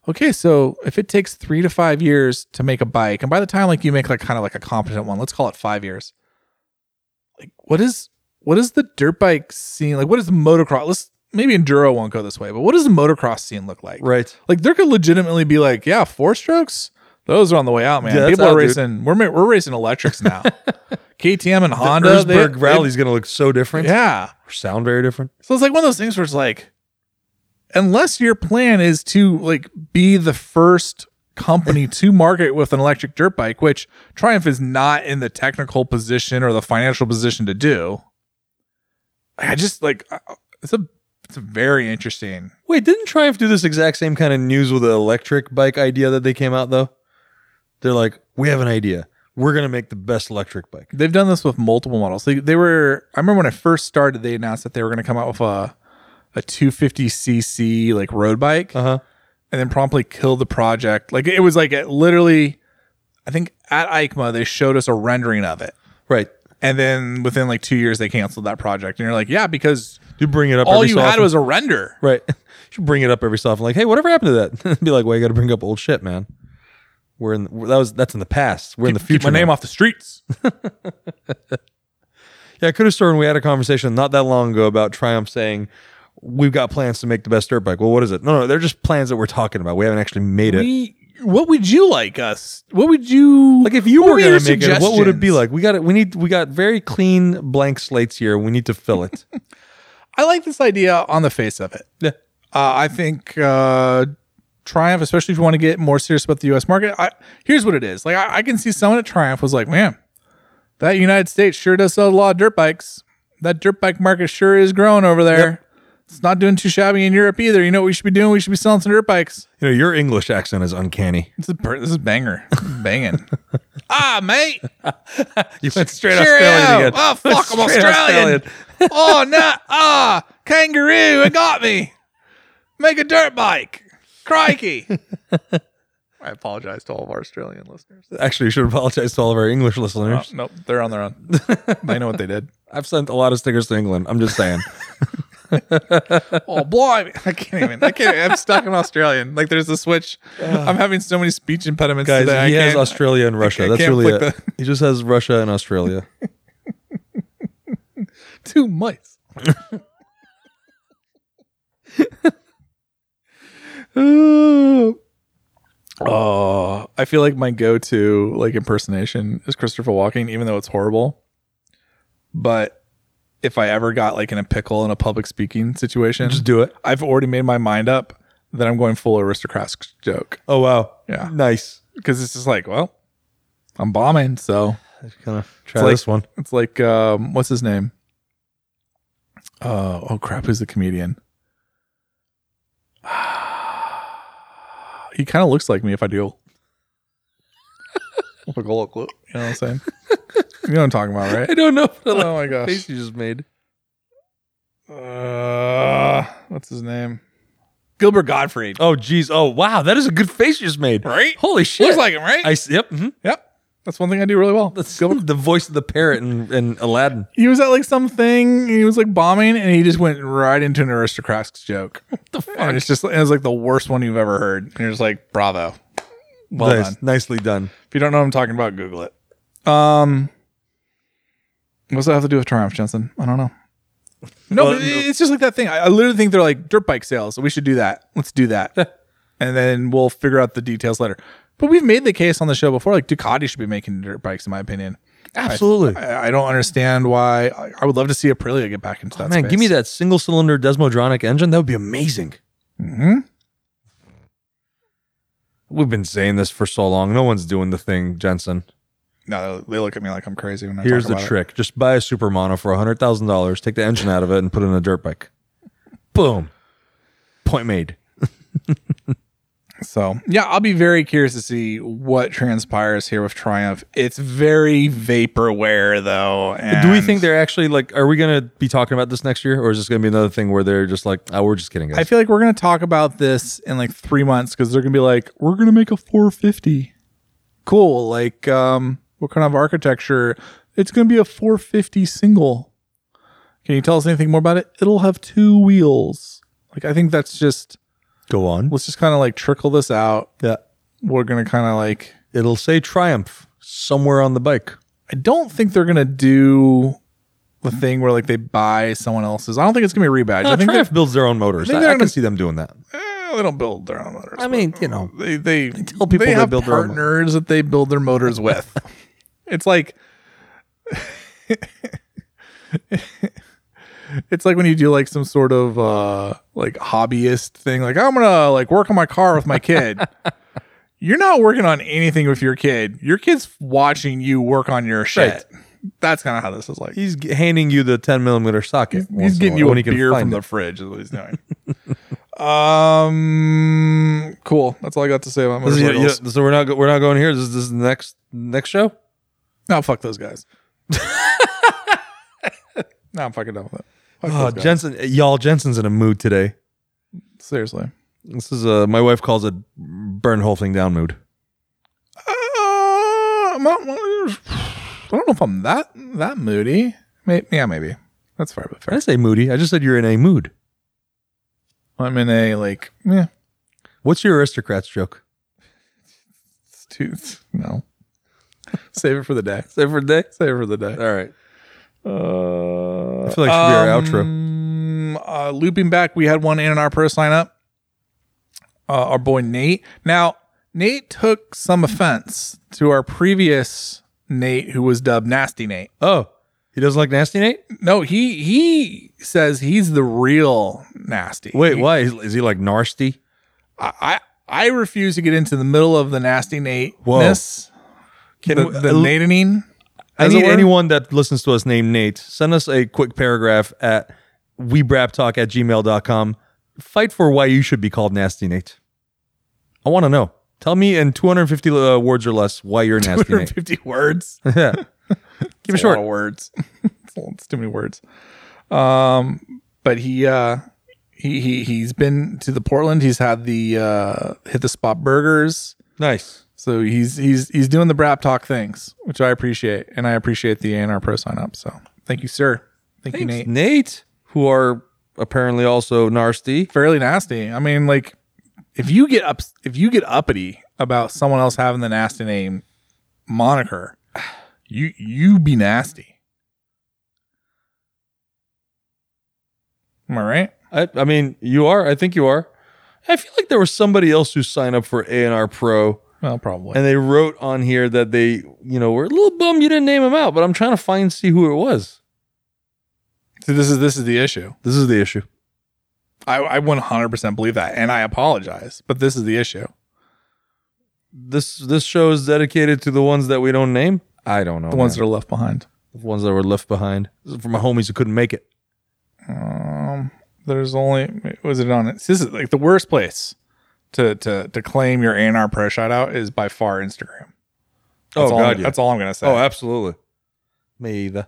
okay, so if it takes three to five years to make a bike, and by the time like you make like kind of like a competent one, let's call it five years. Like, what is what is the dirt bike scene like? What is the motocross? Let's maybe enduro won't go this way, but what does the motocross scene look like? Right. Like there could legitimately be like, yeah, four strokes. Those are on the way out, man. Yeah, that's People out, are dude. racing. We're ma- we're racing electrics now. KTM and Honda. Honda, they- Berg they- rally's going to look so different. yeah. Sound very different. So it's like one of those things where it's like, unless your plan is to like be the first company to market with an electric dirt bike, which Triumph is not in the technical position or the financial position to do. I just like I- it's a it's a very interesting. Wait, didn't Triumph do this exact same kind of news with the electric bike idea that they came out though? They're like, we have an idea. We're gonna make the best electric bike. They've done this with multiple models. They, they were I remember when I first started, they announced that they were going to come out with a a 250cc like road bike. Uh huh. and then promptly kill the project. Like it was like it literally, I think at EICMA they showed us a rendering of it, Right. and then within like two years they canceled that project. And you're like, yeah, because You bring it up. all every you so had often. was a render. right. You should bring it up every so often. Like, hey, whatever happened to that? Be like, well, you got to bring up old shit, man. We're in. that was that's in the past. We're in the future. Keep my name now. off the streets. Yeah, I could have sworn we had a conversation not that long ago about Triumph saying we've got plans to make the best dirt bike. Well, what is it? No, no, they're just plans that we're talking about. We haven't actually made it. we, what would you like us? What would you Like if you What were were your gonna make it, what would it be suggestions? like? We got it. We need. We got very clean blank slates here. We need to fill it. I like this idea on the face of it. yeah. Uh, I think uh, Triumph, especially if you want to get more serious about the U.S. market, I, here's what it is. Like I, I can see someone at Triumph was like, man, that United States sure does sell a lot of dirt bikes. That dirt bike market sure is growing over there. It's not doing too shabby in Europe either. You know what we should be doing? We should be selling some dirt bikes. You know, your English accent is uncanny. This is, per- this is banger, This is banging. ah, mate, You went straight cheerio! Australian again. Oh fuck, I'm Straight Australian. oh no, ah, kangaroo, it got me. Make a dirt bike, crikey. I apologize to all of our Australian listeners. Actually, you should apologize to all of our English listeners. nope, they're on their own. they know what they did. I've sent a lot of stickers to England. I'm just saying. Oh, blimey. I can't even. I can't. I'm stuck in Australian. Like, there's a switch. I'm having so many speech impediments Guys, today. he I has can't- Australia and Russia. I That's can't really it. flick He just has Russia and Australia. two mice. oh, Uh, I feel like my go-to like impersonation is Christopher Walking, even though it's horrible. But if I ever got like in a pickle in a public speaking situation, just do it. I've already made my mind up that I'm going full aristocrats joke Oh wow. Yeah. Nice. because it's just like, well, I'm bombing, so Kind of try like- this one. It's like um, what's his name? Uh, oh crap, who's the comedian? he kind of looks like me if I do. Like a little clip, you know what I'm saying? you know what I'm talking about, right? don't know. What Oh my gosh. you just made. Uh, what's his name? Gilbert Gottfried. Oh geez. Oh wow. That is a good face you just made. Right? Holy shit. Looks like him, right? I s- yep. mhm. yep. That's one thing I do really well. That's the voice of the parrot in, in Aladdin. He was at like something, he was like bombing, and he just went right into an aristocrats joke. The And it's just it was like the worst one you've ever heard. And you're just like, bravo. Well nice, done. nicely done. If you don't know what I'm talking about, Google it. Um What's that have to do with Triumph, Jensen? I don't know. No, Well, but it- it's just like that thing. I, I literally think they're like dirt bike sales. We should do that. Let's do that. and then we'll figure out the details later. But we've made the case on the show before, like Ducati should be making dirt bikes, in my opinion. Absolutely. I, I don't understand why. I, I would love to see Aprilia get back into that. Man, give me space. that single cylinder Desmodronic engine. That would be amazing. Mhm. We've been saying this for so long. No one's doing the thing, Jensen. No, they look at me like I'm crazy when I Here's talk the about it. trick just buy a Super Mono for $100,000, take the engine out of it, and put it in a dirt bike. Boom. Point made. So yeah, I'll be very curious to see what transpires here with Triumph. It's very vaporware though. Do we and think they're actually like? Are we going to be talking about this next year, or is this going to be another thing where they're just like, "Oh, we're just kidding, guys." I feel like we're gonna talk about this in like three months because they're gonna be like, we're gonna make a 450. Cool. Like, um, what kind of architecture? It's gonna be a 450 single. Can you tell us anything more about it? It'll have two wheels. Like, I think that's just Go on. let's just kind of like trickle this out. Yeah, We're gonna kind of like it'll say Triumph somewhere on the bike. I don't think they're gonna do the thing where like they buy someone else's. I don't think it's gonna be a rebadge. I No, think Ah, Triumph builds their own motors. think I, they're I gonna- can see them doing that. they, eh, they don't build their own motors. I mean, you know, they they, tell people they they have build their own mo- partners that they build their motors with. it's like it's like when you do like some sort of uh like hobbyist thing like I'm going to like work on my car with my kid. You're not working on anything with your kid. Your kid's watching you work on your shit. That's kind of how this is like. he's g- handing you the 10 millimeter socket. once He's in getting while you when a he can beer find from it. the fridge. Is what he's doing. um, cool. That's all I got to say about This is- yeah, motorcycles. yeah, so we're not go- we're not going here. This is this is the next next show. No, fuck those guys. no, I'm fucking done with it. Fuck Oh, those guys. Jensen, y'all, Jensen's in a mood today. Seriously. This is uh, my wife calls it burn whole thing down mood. Uh, I'm not- I don't know if I'm that that moody. May yeah, maybe. That's far but I fair. didn't say moody. I just said you're in a mood. I'm in a like, yeah, What's your aristocrats joke? it's too it's- no. Save it for the day. Save for day. Save it for the day. All right. Uh, I feel like it should be our outro. outro. Uh, looping back, we had one in our pro sign up. Uh, our boy Nate. Now, Nate took some offense to our previous Nate, who was dubbed Nasty Nate. Oh, he doesn't like nasty Nate. No, he he says he's the real Nasty. Wait, He- why is, is he like nasty? I I- I refuse to get into the middle of the Nasty Nate. Can the, we- the I- Natanine. I as it need were. anyone that listens to us named Nate, send us a quick paragraph at webraptalk at gmail.com. Fight for why you should be called Nasty Nate. I want to know. Tell me in 250 uh, words or less why you're Nasty Nate. 250 words. yeah. Keep it short. words. it's, a lot- it's too many words. Um, but he uh, he he he's been to the Portland. He's had the uh, hit the spot burgers. Nice. So he's he's he's doing the Brap Talk things, which I appreciate, and I appreciate the ANR Pro sign up. So thank you, sir. Thank you, Nate. Nate. Nate, who are apparently also nasty. Fairly nasty. I mean, like if you get up if you get uppity about someone else having the nasty name moniker, you you be nasty. Am I right? I, I mean, you are. I think you are. I feel like there was somebody else who signed up for A&R Pro Well, probably. and they wrote on here that they, you know, were a little bummed you didn't name him out, but I'm trying to find see who it was. so this is this is the issue. This is the issue. I, I 100% believe that, and I apologize, but this is the issue. This this show is dedicated to the ones that we don't name. I don't know. The ones that are left behind. the ones that were left behind. This is for my homies who couldn't make it. Um, there's only was it on it? This is like the worst place to to to claim your ANR pro shout out is by far Instagram. That's all I'm, Oh, That's all I'm gonna say. Oh, absolutely. Me either.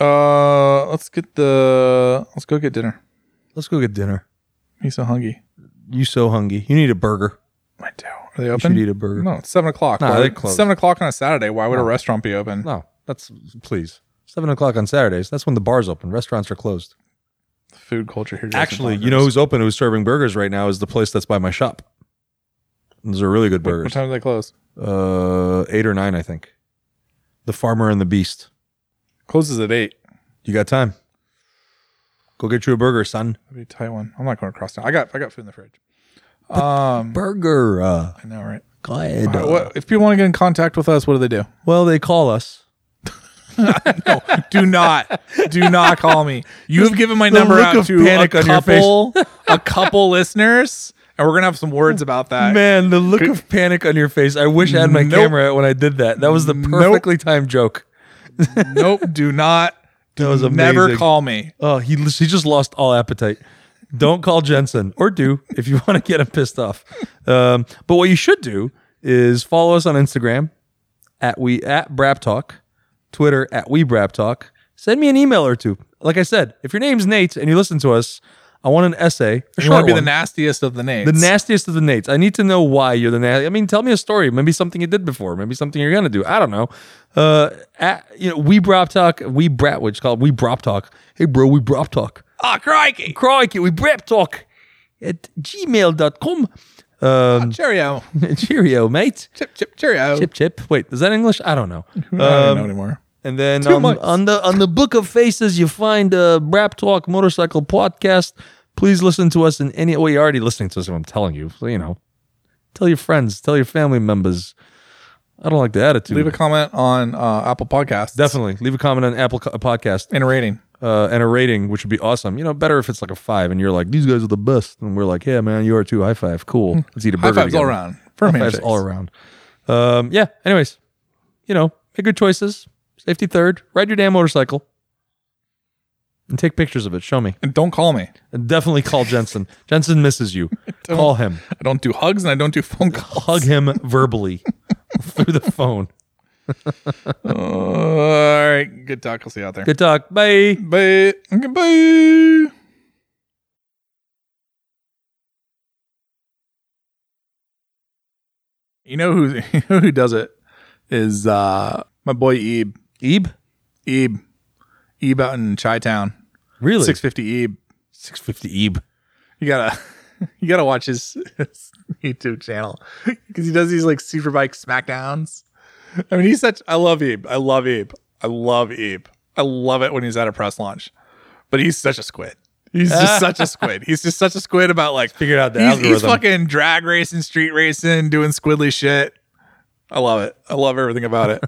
Uh, let's get the let's go get dinner. Let's go get dinner. He's so hungry. You so hungry. You need a burger. I do. Are they You open? should eat a burger. no, it's seven o'clock. Nah, Why- they're closed. Seven o'clock on a Saturday. Why would a No. restaurant be open? No, that's please. Seven o'clock on Saturdays. That's when the bars open. Restaurants are closed. Food culture here. doesn't Actually, progress. you know who's open? Who's serving burgers right now? Is the place that's by my shop. Those are really good what, what burgers. time do they close? Uh, eight or nine, I think. The Farmer and the Beast. Closes at eight. You got time. Go get you a burger, son. That'd be a tight one. I'm not going across town. I got I got food in the fridge. Um, Burger. Uh, I know, right? God. All right, what, if people want to get in contact with us, what do they do? Well, they call us. No, do not, do not call me. You have given my number look out of to a panic on your face. couple, a couple listeners, and we're gonna have some words about that. Man, the look of panic on your face. I wish I had my Nope. camera out when I did that. That was the Nope. perfectly timed joke. nope, do not. That was Never amazing. call me. Uh, Oh, he he just lost all appetite. Don't call Jensen or do if you want to get him pissed off. Um, but what you should do is follow us on Instagram at we at Brap Talk, Twitter at we Brap Talk. Send me an email or two. Like I said, if your name's Nate and you listen to us, I want an essay. a You want short to be the one. nastiest of the names. The nastiest of the Nates. I need to know why you're the nasty. I mean, tell me a story. Maybe something you did before. Maybe something you're gonna do. I don't know. Uh, at, you know, we brop talk. We brat, which is called we brop talk. Hey, bro, we brop talk. Ah, crikey. Crikey, we brop talk at gmail.com. Um, Oh, Cheerio. cheerio, mate. Chip, chip, cheerio. Chip, chip. Wait, is that English? I don't know. I don't know anymore. And then Two on, months. on the on the book of faces, you find a Brap Talk Motorcycle Podcast. Please listen to us in any. Well, you're already listening to us. I'm telling you. So you know, tell your friends, tell your family members. I don't like the attitude. Leave a comment on uh, Apple Podcasts. Definitely leave a comment on Apple Co- Podcast And a rating. uh, and a rating, which would be awesome. You know, better if it's like a five, and you're like, these guys are the best, and we're like, yeah, man, you are too. High five, cool. Let's eat a Hmm. High burger. fives all together. around. Firm High fives handshakes. all around. Um, yeah. Anyways, you know, make good choices. Safety third. Ride your damn motorcycle. And take pictures of it. Show me. And don't call me. And definitely call Jensen. Jensen misses you. Call him. I don't do hugs and I don't do phone calls. Hug him verbally through the phone. all right. Good talk. I'll see you out there. Good talk. Bye. Bye. Okay, bye. You know who you know who does it is uh my boy Ebe. Ebe? Ebe. Ebe out in Chi Town. Really? Six fifty Ebe. 650 Ebe. You gotta you gotta watch his, his YouTube channel. Because he does these like superbike smackdowns. I mean he's such I love Ebe. I love Ebe. I love Ebe. I love it when he's at a press launch. But he's such a squid. He's just such a squid. He's just such a squid about like Figured out the he's, algorithm. he's fucking drag racing, street racing, doing squiddly shit. I love it. I love everything about it.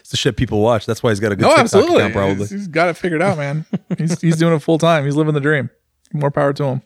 it's the shit people watch. That's why he's got a good No, TikTok absolutely. account, probably. He's- he's got it figured out, man. he's, he's doing it full time. He's living the dream. More power to him.